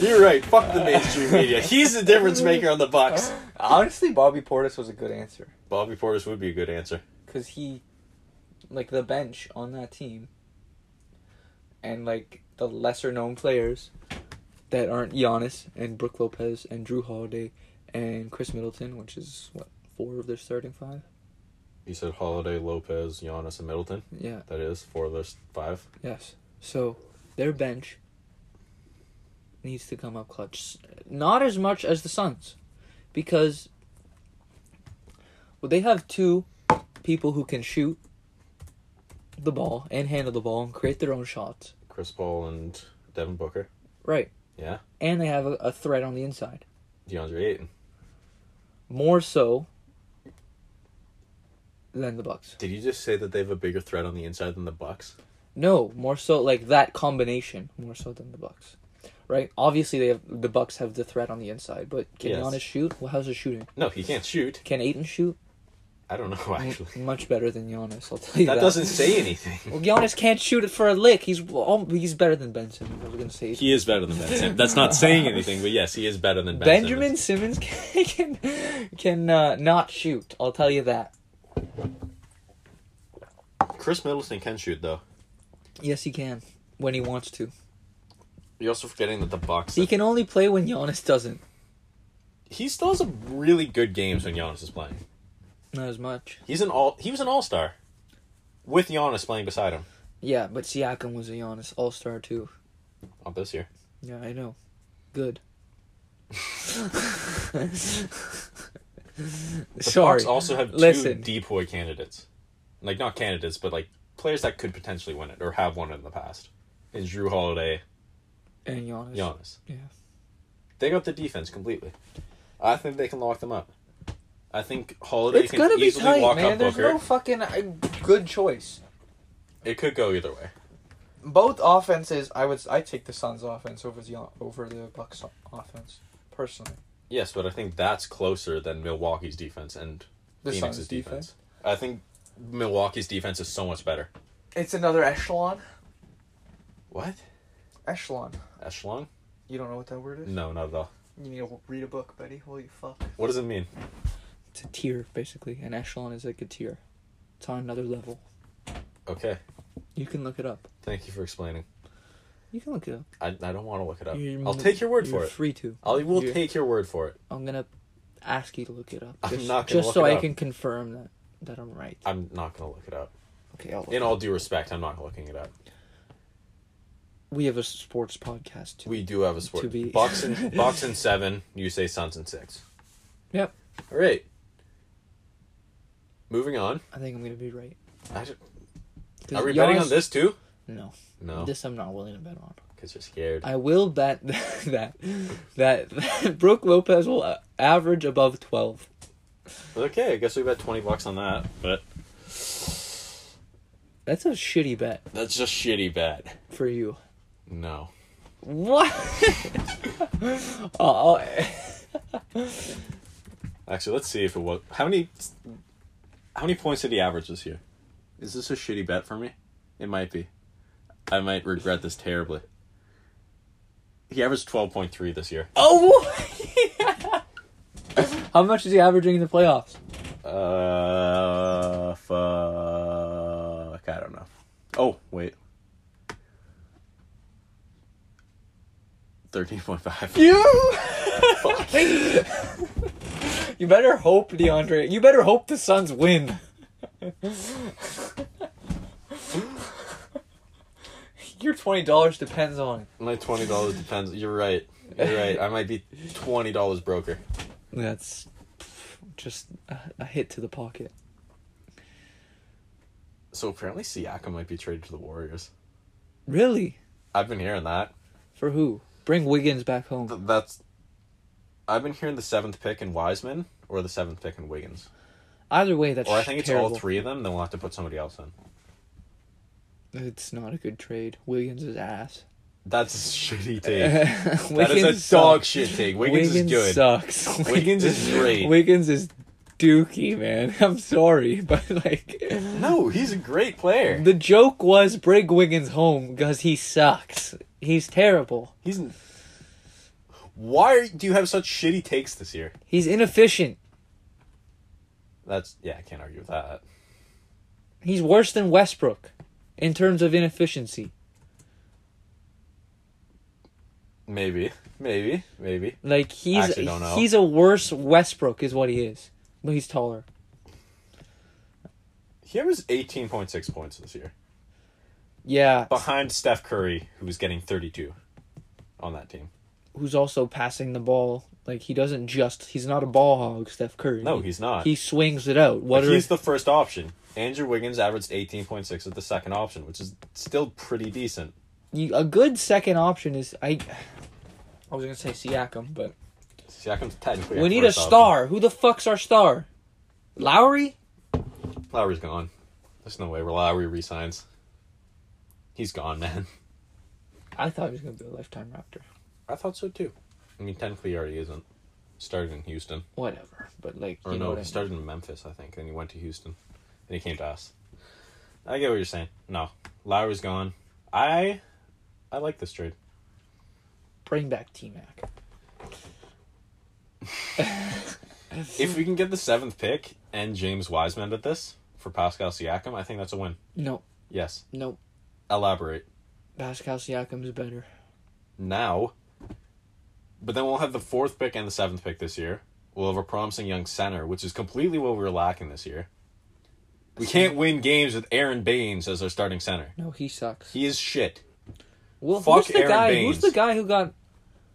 Speaker 1: You're right. Fuck the mainstream media. He's the difference maker on the Bucks.
Speaker 2: Honestly, Bobby Portis was a good answer
Speaker 1: Bobby Portis would be a good answer.
Speaker 2: because he, like the bench on that team, and like the lesser known players that aren't Giannis and Brooke Lopez and Drew Holiday and Chris Middleton, which is what four of their starting five.
Speaker 1: You said Holiday, Lopez, Giannis, and Middleton.
Speaker 2: Yeah.
Speaker 1: That is four of those five.
Speaker 2: Yes. So their bench needs to come up clutch. Not as much as the Suns because well they have two people who can shoot the ball and handle the ball and create their own shots.
Speaker 1: Chris Paul and Devin Booker.
Speaker 2: Right.
Speaker 1: Yeah.
Speaker 2: And they have a, a threat on the inside.
Speaker 1: DeAndre Ayton.
Speaker 2: More so than the Bucks.
Speaker 1: Did you just say that they have a bigger threat on the inside than the Bucks?
Speaker 2: No, more so like that combination, more so than the Bucks, right? Obviously, they have the Bucks have the threat on the inside, but can
Speaker 1: Yes.
Speaker 2: Giannis shoot? Well, how's his shooting?
Speaker 1: No, he can't shoot.
Speaker 2: Can Aiton shoot?
Speaker 1: I don't know
Speaker 2: M-
Speaker 1: actually.
Speaker 2: much better than Giannis, I'll tell you that.
Speaker 1: That doesn't say anything.
Speaker 2: Well, Giannis can't shoot it for a lick. He's all, he's better than Benson. I was gonna say
Speaker 1: He is better than Ben Simmons. That's not saying anything, but yes, he is better than ben
Speaker 2: Benjamin Simmons can can, can uh, not shoot. I'll tell you that.
Speaker 1: Simmons. Chris Middleton can shoot though.
Speaker 2: Yes, he can when he wants to.
Speaker 1: You're also forgetting that the Bucks.
Speaker 2: He can only play when Giannis doesn't.
Speaker 1: He still has a really good games when Giannis is playing.
Speaker 2: Not as much.
Speaker 1: He's an all. He was an all star, with Giannis playing beside him.
Speaker 2: Yeah, but Siakam was a Giannis All Star too.
Speaker 1: Not this year.
Speaker 2: Yeah, I know. Good.
Speaker 1: The
Speaker 2: Sorry.
Speaker 1: Bucks also have two
Speaker 2: Listen.
Speaker 1: depoy candidates, like not candidates, but like players that could potentially win it or have won it in the past. Is Drew Holiday,
Speaker 2: and Giannis.
Speaker 1: Giannis.
Speaker 2: Yeah.
Speaker 1: They got the defense completely. I think they can lock them up. I think Holiday
Speaker 2: It's
Speaker 1: can
Speaker 2: gonna be
Speaker 1: easily
Speaker 2: tight,
Speaker 1: walk
Speaker 2: man.
Speaker 1: up
Speaker 2: There's
Speaker 1: Booker.
Speaker 2: no fucking uh, good choice.
Speaker 1: It could go either way.
Speaker 2: Both offenses, I would I take the Suns' offense over the over the Bucks' offense personally.
Speaker 1: Yes, but I think that's closer than Milwaukee's defense and
Speaker 2: The
Speaker 1: Phoenix's
Speaker 2: Suns'
Speaker 1: defense.
Speaker 2: defense.
Speaker 1: I think Milwaukee's defense is so much better.
Speaker 2: It's another echelon.
Speaker 1: What?
Speaker 2: Echelon.
Speaker 1: Echelon?
Speaker 2: You don't know what that word is?
Speaker 1: No, not at all.
Speaker 2: You need to read a book, buddy. Holy fuck.
Speaker 1: What does it mean?
Speaker 2: It's a tier, basically. An echelon is like a tier. It's on another level.
Speaker 1: Okay,
Speaker 2: You can look it up.
Speaker 1: thank you for explaining.
Speaker 2: You can look it up.
Speaker 1: I, I don't want to look it up.
Speaker 2: You're-
Speaker 1: I'll take your word
Speaker 2: you're
Speaker 1: for it.
Speaker 2: Free to.
Speaker 1: I will
Speaker 2: You're-
Speaker 1: take your word for it.
Speaker 2: I'm gonna ask you to look it up.
Speaker 1: I'm
Speaker 2: Just,
Speaker 1: not gonna
Speaker 2: just
Speaker 1: look
Speaker 2: so
Speaker 1: it
Speaker 2: I
Speaker 1: up.
Speaker 2: can confirm that that I'm right.
Speaker 1: I'm not gonna look it up.
Speaker 2: Okay, I'll look
Speaker 1: In
Speaker 2: it
Speaker 1: all
Speaker 2: up.
Speaker 1: due respect, I'm not looking it up.
Speaker 2: we have a sports podcast too.
Speaker 1: We do have a sport.
Speaker 2: To be-
Speaker 1: Bucks and Bucks and seven. You say Suns and six.
Speaker 2: Yep.
Speaker 1: All right. Moving on.
Speaker 2: I think I'm gonna be right.
Speaker 1: I ju-
Speaker 2: 'Cause
Speaker 1: are we betting
Speaker 2: Giannis-
Speaker 1: on this too?
Speaker 2: No,
Speaker 1: No,
Speaker 2: this I'm not willing to bet on.
Speaker 1: because you're scared.
Speaker 2: I will bet that that, that Brooke Lopez will uh, average above twelve.
Speaker 1: Okay, I guess we bet twenty bucks on that, but
Speaker 2: That's a shitty bet
Speaker 1: that's just shitty bet.
Speaker 2: for you.
Speaker 1: No.
Speaker 2: What? oh,
Speaker 1: Actually, let's see if it was how many. How many points did he average this year? Is this a shitty bet for me? It might be. I might regret this terribly. He averaged twelve point three this year.
Speaker 2: oh. How much is he averaging in the playoffs?
Speaker 1: Uh, fuck. I don't know. Oh, wait. 13.5.
Speaker 2: You.
Speaker 1: Fuck.
Speaker 2: You better hope DeAndre. You better hope the Suns win. Your twenty dollars depends on
Speaker 1: My $20 depends. You're right. You're right. I might be $20 broker.
Speaker 2: it. That's just a, a hit to the pocket.
Speaker 1: So apparently Siakam might be traded to the Warriors.
Speaker 2: Really?
Speaker 1: I've been hearing that.
Speaker 2: For who? Bring Wiggins back home.
Speaker 1: Th- That's. I've been hearing the seventh pick in Wiseman or the seventh pick in Wiggins.
Speaker 2: Either way, that's
Speaker 1: Or I think it's
Speaker 2: terrible.
Speaker 1: all three of them. Then we'll have to put somebody else in.
Speaker 2: It's not a good trade. Wiggins is ass.
Speaker 1: That's a shitty take.
Speaker 2: Wiggins
Speaker 1: that is
Speaker 2: sucks.
Speaker 1: a dog shit take. Wiggins, is good.
Speaker 2: sucks.
Speaker 1: Wiggins is great.
Speaker 2: Wiggins is dookie, man. I'm sorry, but like
Speaker 1: No, he's a great player.
Speaker 2: the joke was bring Wiggins home because he sucks. He's terrible.
Speaker 1: He's Why are, do you have such shitty takes this year?
Speaker 2: He's inefficient.
Speaker 1: That's yeah, I can't argue with that.
Speaker 2: He's worse than Westbrook in terms of inefficiency.
Speaker 1: Maybe, maybe, maybe.
Speaker 2: Like
Speaker 1: I
Speaker 2: he's
Speaker 1: actually don't know.
Speaker 2: he's a worse Westbrook is what he is, but he's taller.
Speaker 1: He averaged eighteen point six points this year,
Speaker 2: Yeah,
Speaker 1: behind Steph Curry, who was getting thirty two on that team.
Speaker 2: who's also passing the ball. Like he doesn't just he's not a ball hog, Steph Curry.
Speaker 1: No, he's not.
Speaker 2: he swings it out. What
Speaker 1: But
Speaker 2: are
Speaker 1: he's the first option. Andrew Wiggins averaged 18.6 at the second option, which is still pretty decent.
Speaker 2: you, a good second option is I. I was gonna say Siakam, but
Speaker 1: Siakam's technically
Speaker 2: we need a
Speaker 1: first
Speaker 2: star. Who the fuck's our star? Lowry?
Speaker 1: option. Lowry's gone. There's no way Lowry resigns. He's gone, man.
Speaker 2: I thought he was gonna be a lifetime Raptor.
Speaker 1: I thought so too. I mean, technically he already isn't. Started in Houston.
Speaker 2: Whatever, but like
Speaker 1: Or
Speaker 2: you know
Speaker 1: no,
Speaker 2: what I
Speaker 1: he
Speaker 2: mean.
Speaker 1: started in Memphis, I think. Then he went to Houston. Then he came to us. I get what you're saying. No. Lowry's gone. I I like this trade.
Speaker 2: Bring back T Mac.
Speaker 1: If we can get the seventh pick and James Wiseman at this for Pascal Siakam, I think that's a win.
Speaker 2: No,
Speaker 1: Yes.
Speaker 2: no.
Speaker 1: Elaborate.
Speaker 2: Pascal Siakam is better.
Speaker 1: now. But then we'll have the fourth pick and the seventh pick this year. We'll have a promising young center, which is completely what we were lacking this year. We can't win games with Aaron Baines as our starting center.
Speaker 2: No, he sucks.
Speaker 1: He is shit.
Speaker 2: well,
Speaker 1: fuck
Speaker 2: who's the
Speaker 1: Aaron
Speaker 2: guy?
Speaker 1: Baines.
Speaker 2: Who's the guy who got?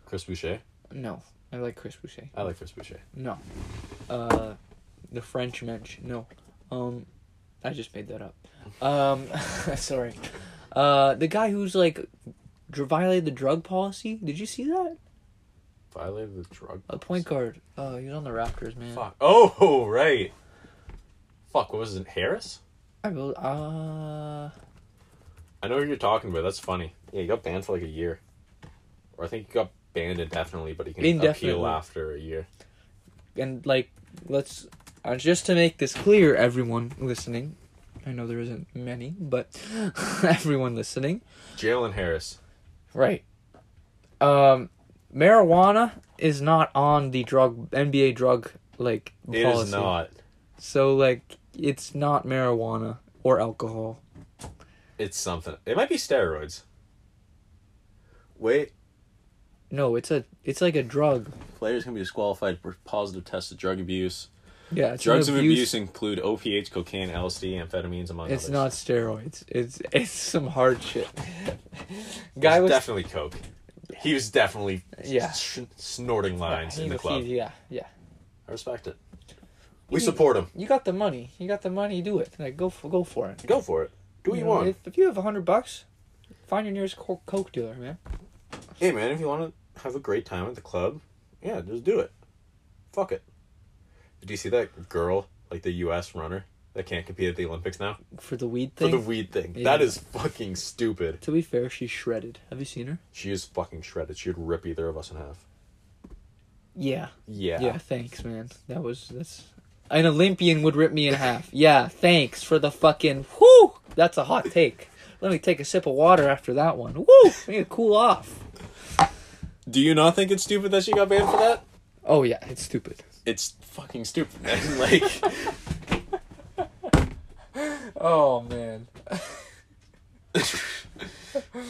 Speaker 1: Chris Boucher.
Speaker 2: No, I like Chris Boucher.
Speaker 1: I like Chris Boucher.
Speaker 2: No. Uh, the French mensch. No. Um, I just made that up. Um, sorry. Uh, the guy who's like dr- violated the drug policy. Did you see that?
Speaker 1: Violated the drug.
Speaker 2: A point guard. Oh, he was on the Raptors, man.
Speaker 1: Fuck. Oh right. Fuck. What was it? Harris.
Speaker 2: I will. Uh,
Speaker 1: I know who you're talking about. That's funny. Yeah, he got banned for like a year, or I think he got banned indefinitely, but he can
Speaker 2: Indefinitely.
Speaker 1: appeal after a year.
Speaker 2: and like, let's. Uh, just to make this clear, everyone listening. I know there isn't many, but everyone listening.
Speaker 1: Jalen Harris.
Speaker 2: Right. Um, marijuana is not on the drug NBA drug like
Speaker 1: It is
Speaker 2: policy.
Speaker 1: not.
Speaker 2: So like it's not marijuana or alcohol.
Speaker 1: It's something. It might be steroids. Wait,
Speaker 2: No, it's a it's like a drug.
Speaker 1: players can be disqualified for positive tests of drug abuse.
Speaker 2: Yeah, it's an
Speaker 1: Drugs of abuse include OPH, cocaine, LSD, amphetamines, among
Speaker 2: It's
Speaker 1: others.
Speaker 2: not steroids. It's it's some hard shit.
Speaker 1: It
Speaker 2: Guy
Speaker 1: was
Speaker 2: was
Speaker 1: definitely coke. He was definitely
Speaker 2: Yeah.
Speaker 1: s- snorting lines
Speaker 2: he
Speaker 1: in the
Speaker 2: was-
Speaker 1: club.
Speaker 2: he- yeah, yeah.
Speaker 1: I respect it. We
Speaker 2: You-
Speaker 1: support him.
Speaker 2: You got the money. You got the money. Do it. Like go for go for it.
Speaker 1: Go for it. Do what you
Speaker 2: know,
Speaker 1: want.
Speaker 2: If, if you have a hundred bucks, find your nearest co- coke dealer, man.
Speaker 1: Hey man, if you want to have a great time at the club, yeah, just do it. Fuck it. Did you see that girl, like the U.S. runner, that can't compete at the Olympics now
Speaker 2: For the weed
Speaker 1: for
Speaker 2: thing.
Speaker 1: the weed thing?
Speaker 2: Yeah.
Speaker 1: That is fucking stupid.
Speaker 2: To be fair, she's shredded. Have you seen her?
Speaker 1: She is fucking shredded. She'd rip either of us in half.
Speaker 2: Yeah.
Speaker 1: Yeah.
Speaker 2: Yeah, thanks, man. That was that's an Olympian would rip me in half. Yeah, thanks for the fucking whoo. That's a hot take. Let me take a sip of water after that one. Woo! I need to cool off.
Speaker 1: Do you not think it's stupid that she got banned for that?
Speaker 2: Oh yeah, it's stupid.
Speaker 1: It's fucking stupid, man. like,
Speaker 2: Oh man.
Speaker 1: if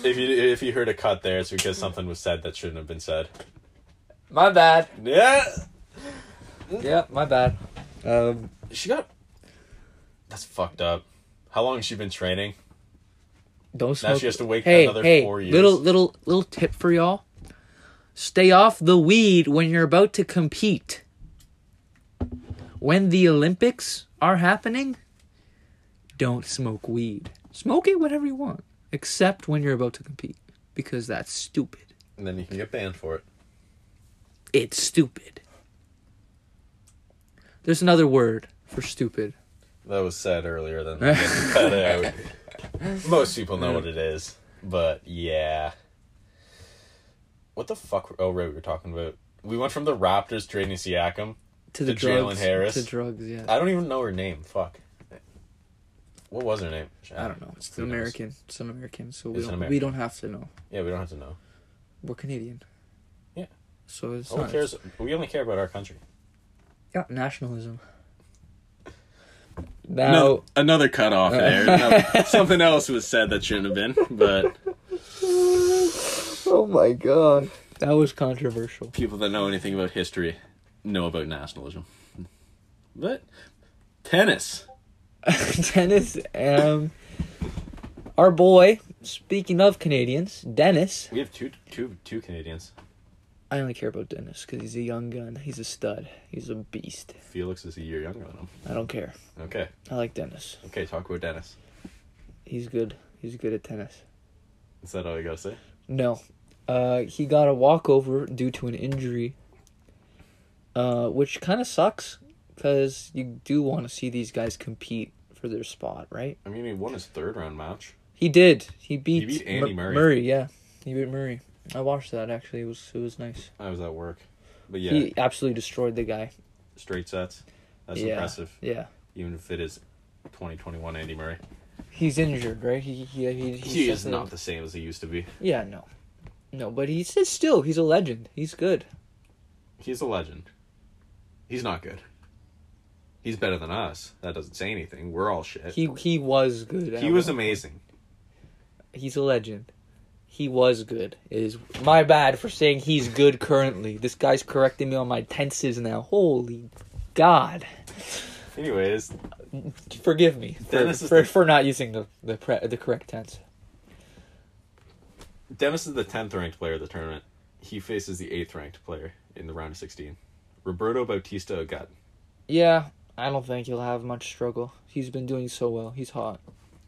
Speaker 1: you if you heard a cut there, it's because something was said that shouldn't have been said.
Speaker 2: My bad.
Speaker 1: Yeah.
Speaker 2: Yeah, my bad. Um
Speaker 1: She got. That's fucked up. How long has she been training?
Speaker 2: don't
Speaker 1: Now
Speaker 2: smoke.
Speaker 1: she has to wait
Speaker 2: hey,
Speaker 1: another
Speaker 2: hey,
Speaker 1: four years.
Speaker 2: Little little little tip for y'all. Stay off the weed when you're about to compete. When the Olympics are happening, don't smoke weed. Smoke it whenever you want, except when you're about to compete because that's stupid.
Speaker 1: And then you can get banned for it.
Speaker 2: It's stupid. There's another word for stupid.
Speaker 1: That was said earlier than we had to cut out. Most people know what it is, but yeah. What the fuck? Oh, right, we were talking about. We went from the Raptors trading Siakam.
Speaker 2: To the
Speaker 1: To Jalen
Speaker 2: drugs.
Speaker 1: Harris.
Speaker 2: To drugs, yeah.
Speaker 1: I don't even know her name. Fuck. What was her name?
Speaker 2: I don't know. It's the
Speaker 1: Who knows?
Speaker 2: American. It's an American, so we
Speaker 1: It's an
Speaker 2: don't, we
Speaker 1: American.
Speaker 2: don't have to know.
Speaker 1: Yeah, we don't have to know.
Speaker 2: We're Canadian.
Speaker 1: Yeah.
Speaker 2: So it's
Speaker 1: Only
Speaker 2: not,
Speaker 1: cares, we only care about our country.
Speaker 2: yeah, nationalism.
Speaker 3: No,
Speaker 2: Now,
Speaker 3: another cut off
Speaker 2: uh,
Speaker 3: there. No, something else was said that shouldn't have been, but
Speaker 2: oh my god, that was controversial.
Speaker 3: people that know anything about history know about nationalism. But tennis.
Speaker 2: Dennis, um, our boy. Speaking of Canadians, Dennis.
Speaker 1: We have two, two, two Canadians.
Speaker 2: I only care about Dennis because he's a young gun. He's a stud. He's a beast.
Speaker 1: Felix is a year younger than him.
Speaker 2: I don't care.
Speaker 1: Okay,
Speaker 2: I like Dennis.
Speaker 1: okay, talk about Dennis.
Speaker 2: He's good. He's good at tennis.
Speaker 1: Is that all you gotta say?
Speaker 2: No. Uh, he got a walkover due to an injury, uh, which kind of sucks because you do want to see these guys compete for their spot, right?
Speaker 1: I mean, he won his third round match.
Speaker 2: He did. He beat,
Speaker 1: beat Andy Murray.
Speaker 2: Yeah, he beat Murray. I watched that actually. It was it was nice.
Speaker 1: I was at work, but yeah,
Speaker 2: He absolutely destroyed the guy.
Speaker 1: straight sets. That's
Speaker 2: Yeah.
Speaker 1: impressive.
Speaker 2: Yeah.
Speaker 1: Even if it is 2021 Andy Murray,
Speaker 2: He's injured, right? He he he. he's
Speaker 1: he is
Speaker 2: something-
Speaker 1: not the same as he used to be.
Speaker 2: Yeah, no, no. But he's he's still he's a legend. He's good.
Speaker 1: He's a legend. He's not good. He's better than us. That doesn't say anything. We're all shit. He,
Speaker 2: He he was good. at
Speaker 1: was
Speaker 2: one
Speaker 1: amazing.
Speaker 2: He's a legend. He was good. It Is my bad for saying he's good currently. This guy's correcting me on my tenses now. Holy God!
Speaker 1: Anyways,
Speaker 2: Forgive me for
Speaker 1: Dennis is
Speaker 2: for,
Speaker 1: the-
Speaker 2: for not using the the pre- the correct tense.
Speaker 1: Dennis is the 10th ranked player of the tournament. He faces the 8th ranked player in the round of 16. Roberto Bautista Agut.
Speaker 2: Yeah, I don't think he'll have much struggle. He's been doing so well. He's hot.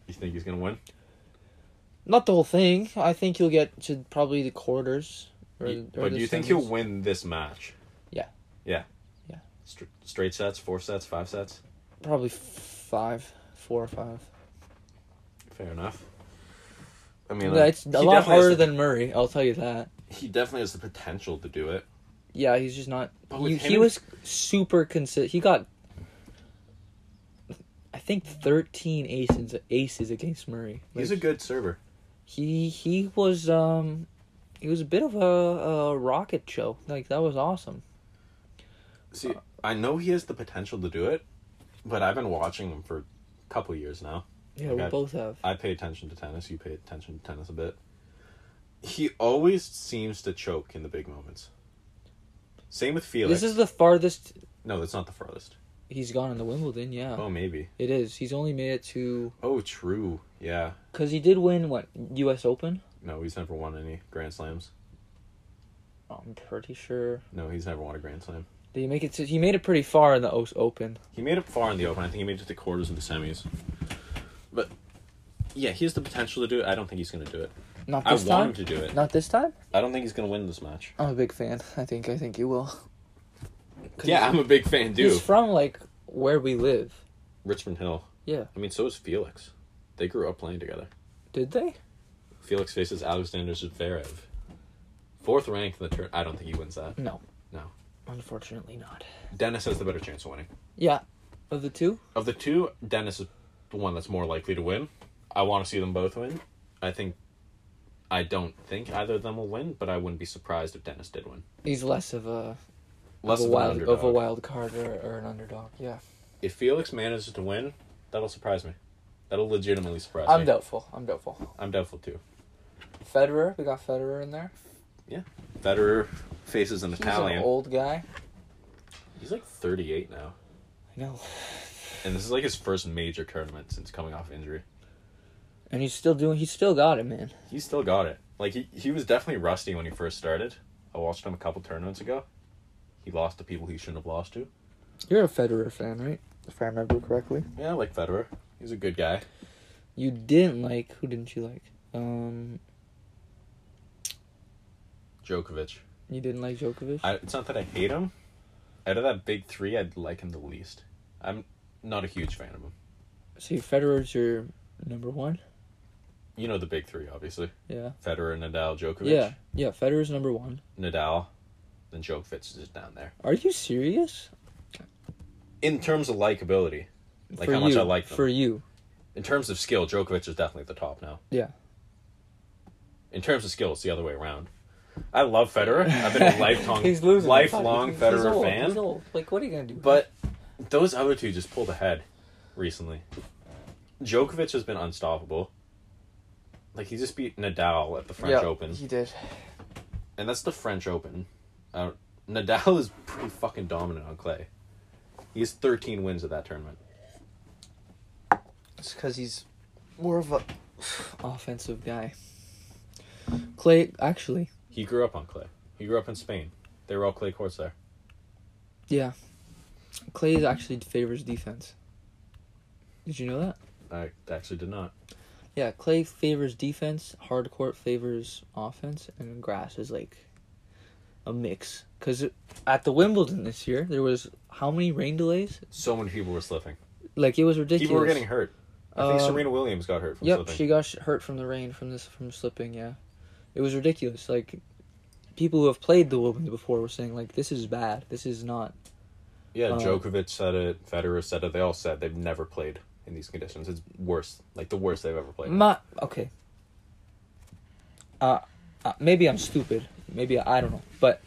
Speaker 1: You think he's going to win?
Speaker 2: Not the whole thing. I think he'll get to probably the quarters. Or,
Speaker 1: You- but
Speaker 2: or the
Speaker 1: do you think
Speaker 2: semis.
Speaker 1: he'll win this match?
Speaker 2: Yeah.
Speaker 1: Yeah.
Speaker 2: Yeah.
Speaker 1: Str- straight sets, four sets, five sets?
Speaker 2: Probably f- five, four or five.
Speaker 1: Fair enough. I mean, like,
Speaker 2: That's
Speaker 1: he
Speaker 2: a lot
Speaker 1: definitely has
Speaker 2: harder
Speaker 1: the-
Speaker 2: than Murray. I'll tell you that.
Speaker 1: He definitely has the potential to do it.
Speaker 2: Yeah, he's just not.
Speaker 1: But with
Speaker 2: he,
Speaker 1: him
Speaker 2: he
Speaker 1: and-
Speaker 2: was super consistent. He got, I think, thirteen aces aces against Murray.
Speaker 1: He's a
Speaker 2: Like,
Speaker 1: good server.
Speaker 2: He he was um, he was a bit of a, a rocket show. Like that was awesome.
Speaker 1: See, I know he has the potential to do it, but I've been watching him for a couple years now.
Speaker 2: Yeah, we
Speaker 1: Okay.
Speaker 2: both have.
Speaker 1: I pay attention to tennis. You pay attention to tennis a bit. He always seems to choke in the big moments. Same with Felix.
Speaker 2: This is the farthest
Speaker 1: No, that's not the farthest.
Speaker 2: he's gone in the Wimbledon. Yeah,
Speaker 1: Oh, maybe.
Speaker 2: it is. He's only made it to
Speaker 1: Oh, true. Yeah.
Speaker 2: because he did win what U.S. Open.
Speaker 1: No, he's never won any Grand Slams.
Speaker 2: I'm pretty sure.
Speaker 1: No, he's never won a Grand Slam.
Speaker 2: Did he make it to? He made it pretty far in the O- Open.
Speaker 1: He made it far in the Open. I think he made it to the quarters and the semis. But yeah, he has the potential to do it. I don't think he's going to do it.
Speaker 2: Not
Speaker 1: I
Speaker 2: this
Speaker 1: want
Speaker 2: time.
Speaker 1: him to do it.
Speaker 2: Not this time.
Speaker 1: I don't think he's going to win this match.
Speaker 2: I'm a big fan. I think I think you will.
Speaker 1: Yeah, I'm a big fan, dude.
Speaker 2: He's from like where we live.
Speaker 1: Richmond Hill.
Speaker 2: Yeah.
Speaker 1: I mean, so is Felix. They grew up playing together.
Speaker 2: Did they?
Speaker 1: Felix faces Alexander Zverev. Fourth ranked in the turn. I don't think he wins that.
Speaker 2: No.
Speaker 1: No.
Speaker 2: Unfortunately not.
Speaker 1: Dennis has the better chance of winning.
Speaker 2: Yeah. Of the two?
Speaker 1: Of the two, Dennis is the one that's more likely to win. I want to see them both win. I think. I don't think either of them will win, but I wouldn't be surprised if Dennis did win.
Speaker 2: He's less of a
Speaker 1: Less of,
Speaker 2: of a
Speaker 1: an
Speaker 2: wild
Speaker 1: underdog.
Speaker 2: of a wild card or, or an underdog. Yeah.
Speaker 1: If Felix manages to win, that'll surprise me. That'll legitimately surprise
Speaker 2: I'm
Speaker 1: me.
Speaker 2: doubtful. I'm doubtful.
Speaker 1: I'm doubtful too.
Speaker 2: Federer, we got Federer in there.
Speaker 1: Federer faces an
Speaker 2: He's
Speaker 1: Italian.
Speaker 2: an old guy.
Speaker 1: He's like 38 now.
Speaker 2: I know.
Speaker 1: And this is like his first major tournament since coming off injury.
Speaker 2: And he's still doing he's still got it, man.
Speaker 1: He still got it. Like he, he was definitely rusty when he first started. I watched him a couple tournaments ago. He lost to people he shouldn't have lost to.
Speaker 2: You're a Federer fan, right? If I remember correctly.
Speaker 1: Yeah, I like Federer. He's a good guy.
Speaker 2: You didn't like who didn't you like? Um
Speaker 1: Djokovic.
Speaker 2: you didn't like Djokovic?
Speaker 1: I, it's not that I hate him. Out of that big three, I'd like him the least. I'm not a huge fan of him.
Speaker 2: See Federer's your number one?
Speaker 1: You know the big three, obviously.
Speaker 2: Yeah.
Speaker 1: Federer, Nadal, Djokovic.
Speaker 2: Yeah, yeah. Federer's number one.
Speaker 1: Nadal, then Djokovic is just down there.
Speaker 2: Are you serious?
Speaker 1: In terms of likability, Like how much
Speaker 2: you,
Speaker 1: I like them.
Speaker 2: for you.
Speaker 1: in terms of skill, Djokovic is definitely at the top now.
Speaker 2: Yeah.
Speaker 1: In terms of skill, it's the other way around. I love Federer. I've been a lifelong,
Speaker 2: He's losing.
Speaker 1: lifelong
Speaker 2: He's
Speaker 1: Federer
Speaker 2: old.
Speaker 1: fan.
Speaker 2: He's old. Like, what are you gonna do?
Speaker 1: But those other two just pulled ahead recently. Djokovic has been unstoppable. Like he just beat Nadal at the French
Speaker 2: Yeah,
Speaker 1: Open,
Speaker 2: he did.
Speaker 1: and that's the French Open. Uh, Nadal is pretty fucking dominant on clay. He has thirteen wins at that tournament.
Speaker 2: It's because he's more of a offensive guy. Clay, actually,
Speaker 1: He grew up on clay. He grew up in Spain. They were all clay courts there.
Speaker 2: yeah, Clay is actually favors defense. Did you know that?
Speaker 1: I actually did not.
Speaker 2: Yeah, clay favors defense, hard court favors offense, and grass is like a mix. Cause it- at the Wimbledon this year, there was how many rain delays?
Speaker 1: So many people were slipping.
Speaker 2: Like it was ridiculous.
Speaker 1: People were getting hurt. I think
Speaker 2: Um,
Speaker 1: Serena Williams got hurt from
Speaker 2: Yep,
Speaker 1: slipping.
Speaker 2: she got sh- hurt from the rain from this from slipping. Yeah, it was ridiculous. Like people who have played the Wimbledon before were saying like, "This is bad. This is not."
Speaker 1: Yeah,
Speaker 2: Um,
Speaker 1: Djokovic said it. Federer said it. They all said they've never played in these conditions. It's worse, like the worst they've ever played.
Speaker 2: My okay. Uh, uh, maybe I'm stupid. Maybe I don't know. But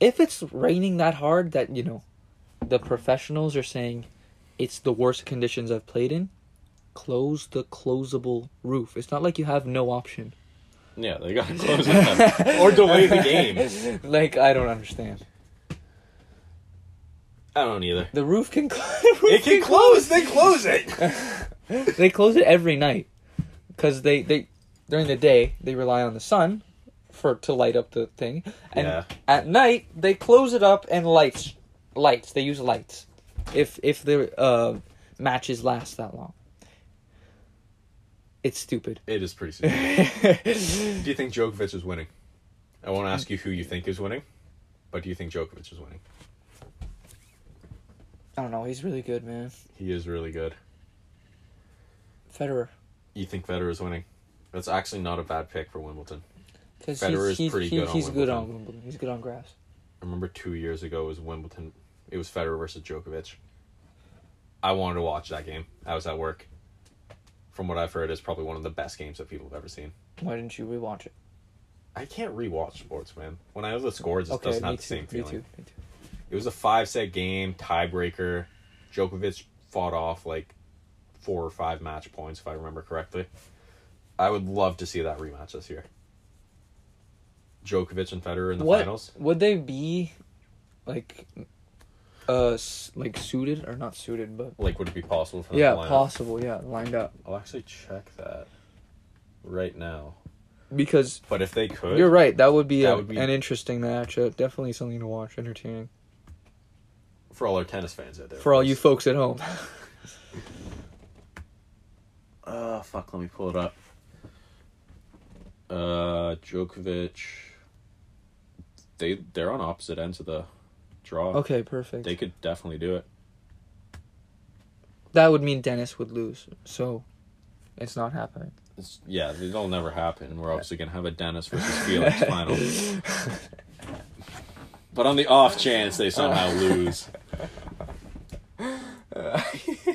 Speaker 2: if it's raining that hard that you know, the professionals are saying it's the worst conditions I've played in. Close the closable roof. It's not like you have no option.
Speaker 1: yeah, they gotta close it down. or delay the game.
Speaker 2: Like I don't understand.
Speaker 1: I don't either.
Speaker 2: The roof can. Cl- the roof
Speaker 1: It can close. They close it.
Speaker 2: they close it every night because they they during the day they rely on the sun for to light up the thing and
Speaker 1: Yeah.
Speaker 2: at night they close it up and lights lights they use lights if if the uh matches last that long it's stupid
Speaker 1: It is pretty stupid. Do you think Djokovic is winning? I won't ask you who you think is winning, but do you think Djokovic is winning?
Speaker 2: i don't know he's really good man
Speaker 1: He is really good.
Speaker 2: federer
Speaker 1: You think Federer is winning? That's actually not a bad pick for Wimbledon.
Speaker 2: because
Speaker 1: Federer
Speaker 2: he's,
Speaker 1: is
Speaker 2: he's,
Speaker 1: pretty
Speaker 2: he-
Speaker 1: good on
Speaker 2: he's good on
Speaker 1: Wimbledon.
Speaker 2: wimbledon he's good on grass
Speaker 1: I remember two years ago it was Wimbledon. It was Federer versus Djokovic. I wanted to watch that game. I was at work. From what I've heard, it's probably one of the best games that people have ever seen.
Speaker 2: why didn't you rewatch it
Speaker 1: I can't rewatch sports, man. When I know the score, it just doesn't have the same feeling.
Speaker 2: me too me too
Speaker 1: It was a five set game, tiebreaker. Djokovic fought off like four or five match points, if I remember correctly. I would love to see that rematch this year. Djokovic and Federer in the
Speaker 2: what
Speaker 1: finals.
Speaker 2: would they be like uh s- like suited or not suited but
Speaker 1: Like, would it be possible for them
Speaker 2: yeah
Speaker 1: to line up?
Speaker 2: possible yeah lined up
Speaker 1: I'll actually check that right now.
Speaker 2: because
Speaker 1: But if they could,
Speaker 2: you're right that would be,
Speaker 1: That
Speaker 2: a-
Speaker 1: would be-
Speaker 2: an interesting matchup definitely something to watch entertaining
Speaker 1: for all our tennis fans out there,
Speaker 2: for all you folks at home
Speaker 3: Oh fuck! Let me pull it up.
Speaker 1: uh, Djokovic,
Speaker 3: They they're on opposite ends of the draw.
Speaker 2: okay perfect
Speaker 3: They could definitely do it.
Speaker 2: that would mean dennis would lose so it's not happening
Speaker 3: It's, yeah, it'll never happen. We're obviously gonna have a Dennis versus Felix final. But on the off chance they
Speaker 2: Oh.
Speaker 3: somehow lose,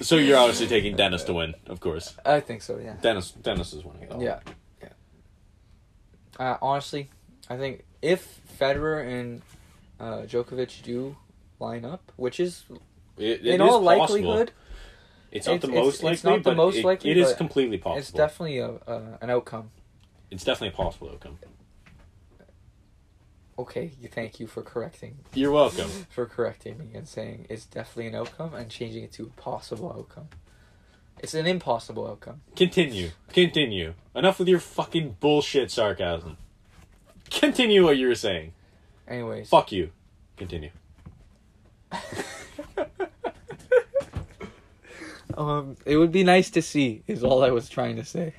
Speaker 3: so you're obviously taking Dennis to win, of course.
Speaker 2: i think so yeah
Speaker 3: Dennis Dennis is winning it all.
Speaker 2: yeah yeah uh, honestly i think if federer and uh, Djokovic do line up which is
Speaker 3: It- it is
Speaker 2: in all
Speaker 3: possible.
Speaker 2: likelihood
Speaker 3: it's not the
Speaker 2: it's-
Speaker 3: most likely.
Speaker 2: it's- it's not the
Speaker 3: but
Speaker 2: most
Speaker 3: it-
Speaker 2: likely,
Speaker 3: it is
Speaker 2: but
Speaker 3: completely possible.
Speaker 2: It's definitely a uh, an outcome.
Speaker 3: it's definitely a possible outcome.
Speaker 2: Okay, you- thank you for correcting
Speaker 3: You're welcome.
Speaker 2: for correcting me and saying it's definitely an outcome and changing it to possible outcome. It's an impossible outcome.
Speaker 3: Continue. Continue. Enough with your fucking bullshit sarcasm. Continue what you were saying.
Speaker 2: Anyways,
Speaker 3: Fuck you. Continue.
Speaker 2: um, it would be nice to see is all I was trying to say.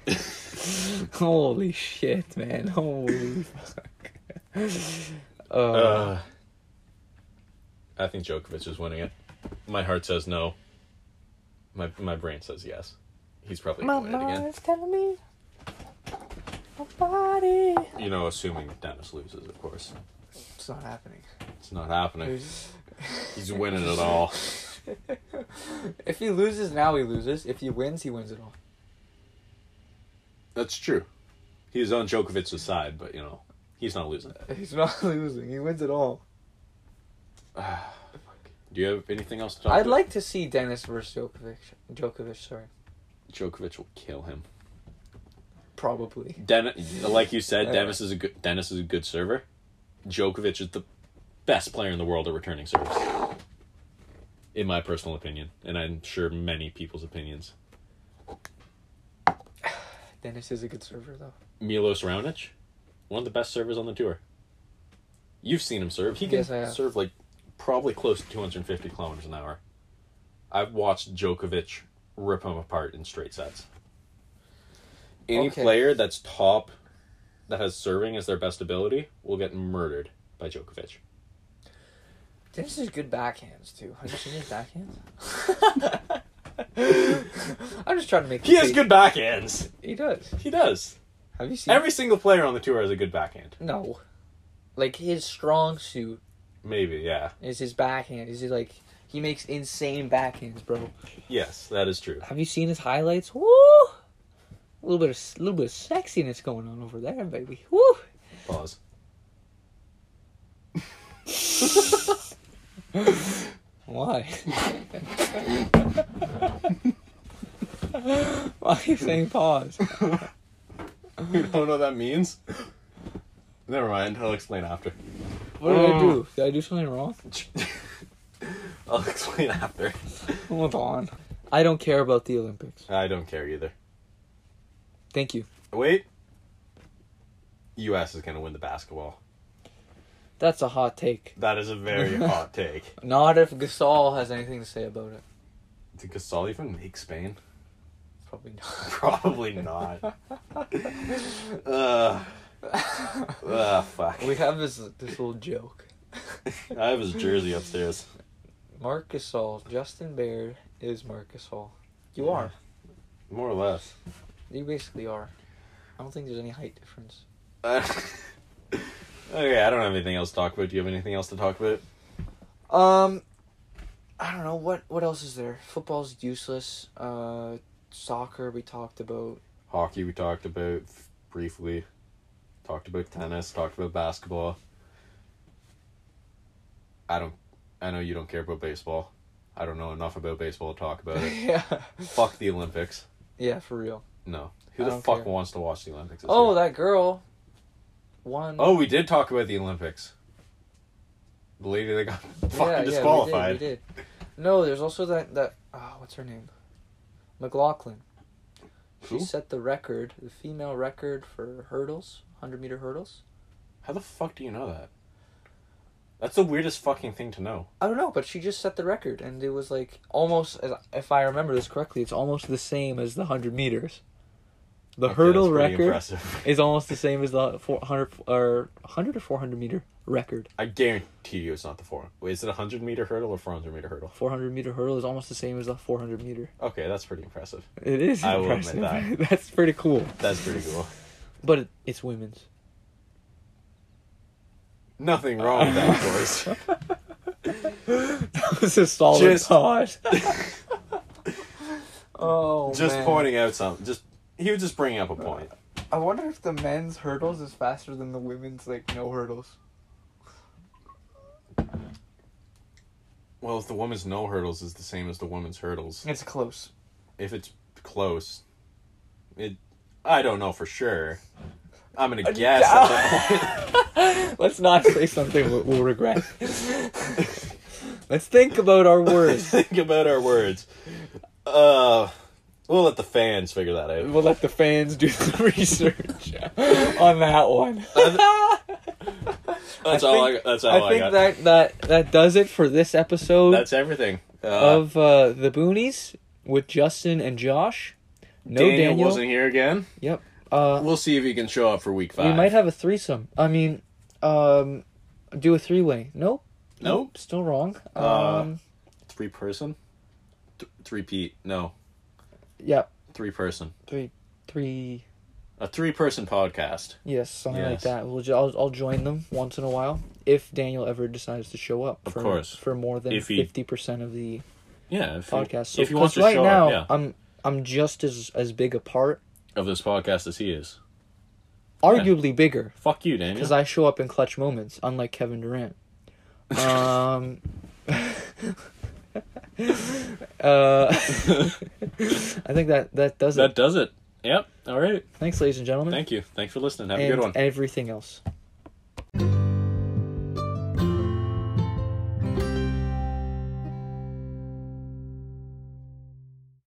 Speaker 2: Holy shit, man! Holy fuck. Uh,
Speaker 1: uh, I think Djokovic is winning it. My heart says no. My my brain says yes. He's probably gonna win it again.
Speaker 2: telling me my body.
Speaker 1: You know, assuming Dennis loses, of course.
Speaker 2: It's not happening.
Speaker 1: It's not happening. He's winning it all.
Speaker 2: if he loses now, he loses. If he wins, he wins it all.
Speaker 1: That's true. He's on Djokovic's side, but you know, He's not losing.
Speaker 2: He's not losing. He wins it all.
Speaker 1: Do you have anything else to talk
Speaker 2: I'd
Speaker 1: about?
Speaker 2: like to see Dennis versus Djokovic. Djokovic, sorry.
Speaker 1: Djokovic will kill him.
Speaker 2: Probably.
Speaker 1: Den- like you said,
Speaker 2: Yeah.
Speaker 1: Dennis is a good Dennis is a good server. Djokovic is the best player in the world at returning serves. In my personal opinion, and I'm sure many people's opinions.
Speaker 2: Dennis is a good server though.
Speaker 1: Milos Raonic, one of the best servers on the tour. You've seen him serve. He can
Speaker 2: Yes, I have.
Speaker 1: serve like probably close to 250 kilometers an hour. I've watched Djokovic rip him apart in straight sets. Any
Speaker 2: Okay.
Speaker 1: player that's top, that has serving as their best ability, will get murdered by Djokovic.
Speaker 2: Dennis is good backhands too. Have you seen his backhands? I'm just trying to make.
Speaker 1: He
Speaker 2: the
Speaker 1: has
Speaker 2: case.
Speaker 1: good backhands.
Speaker 2: He does.
Speaker 1: He does.
Speaker 2: Have you seen?
Speaker 1: Every single player on the tour has a good backhand.
Speaker 2: No. Like his strong suit
Speaker 1: Maybe, yeah.
Speaker 2: is his backhand. Is he like he makes insane backhands, bro?
Speaker 1: Yes, that is true.
Speaker 2: Have you seen his highlights? Woo! A little bit of little bit of sexiness going on over there, baby. Woo!
Speaker 1: Pause.
Speaker 2: Why? Why are you saying pause?
Speaker 1: You don't know what that means? Never mind. I'll explain after.
Speaker 2: What did I do? Did I do something wrong?
Speaker 1: I'll explain after.
Speaker 2: Hold on. I don't care about the Olympics.
Speaker 1: I don't care either.
Speaker 2: Thank you.
Speaker 1: Wait. U.S. is going to win the basketball.
Speaker 2: That's a hot take.
Speaker 1: That is a very hot take.
Speaker 2: Not if Gasol has anything to say about it.
Speaker 1: Did Gasol even make Spain?
Speaker 2: Probably not.
Speaker 1: Probably not. Ugh. Ah, fuck.
Speaker 2: We have this this little joke.
Speaker 1: I have his jersey upstairs.
Speaker 2: Marc Gasol, Justin Baird is Marc Gasol. You are.
Speaker 1: More or less.
Speaker 2: You basically are. I don't think there's any height difference.
Speaker 1: okay, I don't have anything else to talk about. Do you have anything else to talk about?
Speaker 2: Um, I don't know what what else is there. Football's useless. Uh, soccer we talked about.
Speaker 1: hockey we talked about f- briefly talked about tennis talked about basketball i don't i know you don't care about baseball i don't know enough about baseball to talk about it
Speaker 2: yeah.
Speaker 1: fuck the olympics
Speaker 2: Yeah, for real.
Speaker 1: no who
Speaker 2: I
Speaker 1: the
Speaker 2: don't
Speaker 1: fuck
Speaker 2: care.
Speaker 1: wants to watch the olympics this
Speaker 2: Oh,
Speaker 1: year?
Speaker 2: that girl. Won.
Speaker 1: oh we did talk about the olympics the lady that got fucking
Speaker 2: yeah,
Speaker 1: disqualified
Speaker 2: Yeah, we did, we did. No, there's also that that oh, what's her name? McLaughlin. She
Speaker 1: Who?
Speaker 2: set the record, the female record for hurdles, hundred meter hurdles.
Speaker 1: how the fuck do you know that that's the weirdest fucking thing to know
Speaker 2: I don't know, but she just set the record, and it was like almost, as if I remember this correctly, it's almost the same as the hundred meters. The
Speaker 1: Okay,
Speaker 2: hurdle
Speaker 1: that's pretty
Speaker 2: record
Speaker 1: impressive.
Speaker 2: is almost the same as the four hundred or hundred or four hundred meter record.
Speaker 1: i guarantee you it's not the four Wait, is it a 100 meter hurdle or 400 meter hurdle
Speaker 2: Four hundred meter hurdle is almost the same as the four hundred meter.
Speaker 1: Okay, that's pretty impressive.
Speaker 2: It is
Speaker 1: I will admit
Speaker 2: impressive. That's pretty cool.
Speaker 1: That's pretty cool.
Speaker 2: But it, it's women's.
Speaker 1: Nothing wrong with that, of course. Oh,
Speaker 2: That was a solid
Speaker 1: Just-
Speaker 2: thought. oh,
Speaker 1: just
Speaker 2: man.
Speaker 1: pointing out something. Just he was just bringing up a point.
Speaker 2: I wonder if the men's hurdles is faster than the women's like no hurdles.
Speaker 1: Well, if the woman's no hurdles is the same as the woman's hurdles,
Speaker 2: It's close.
Speaker 1: if it's close, it. I don't know for sure. I'm gonna guess. at that point.
Speaker 2: Let's not say something we'll, we'll regret. Let's think about our words.
Speaker 1: Think about our words. Uh, we'll let the fans figure that out.
Speaker 2: We'll let the fans do the research on that one.
Speaker 1: That's
Speaker 2: I
Speaker 1: all.
Speaker 2: think-
Speaker 1: I, that's all
Speaker 2: I
Speaker 1: I,
Speaker 2: think
Speaker 1: got.
Speaker 2: that, that that does it for this episode
Speaker 1: that's everything. Uh,
Speaker 2: of uh, the Boonies with Justin and Josh. No
Speaker 1: Daniel,
Speaker 2: Daniel.
Speaker 1: wasn't here again.
Speaker 2: Yep. Uh,
Speaker 1: We'll see if he can show up for week five.
Speaker 2: We might have a threesome. I mean, um, do a three way. Nope.
Speaker 1: nope.
Speaker 2: Still wrong. Um,
Speaker 1: Uh, three person Th- three pete no
Speaker 2: yeah,
Speaker 1: three person
Speaker 2: three, three.
Speaker 1: a three person podcast
Speaker 2: Yes, something like
Speaker 1: Yes.
Speaker 2: that. We'll ju- I'll, I'll join them once in a while if Daniel ever decides to show up.
Speaker 1: Of
Speaker 2: for,
Speaker 1: course.
Speaker 2: for more than
Speaker 1: If he-
Speaker 2: fifty percent of the
Speaker 1: yeah if
Speaker 2: podcast. So,
Speaker 1: if he wants to
Speaker 2: 'cause right
Speaker 1: show
Speaker 2: now,
Speaker 1: up
Speaker 2: I'm I'm just as as big a part
Speaker 1: yeah, of this podcast as he is
Speaker 2: arguably bigger
Speaker 1: Fuck you, Daniel.
Speaker 2: because I show up in clutch moments, unlike Kevin Durant. Um, uh, I think that that does
Speaker 1: that
Speaker 2: it.
Speaker 1: does it. Yep. All right.
Speaker 2: Thanks, ladies and gentlemen,
Speaker 1: Thank you. Thanks for listening. Have
Speaker 2: and
Speaker 1: a good one.
Speaker 2: everything else.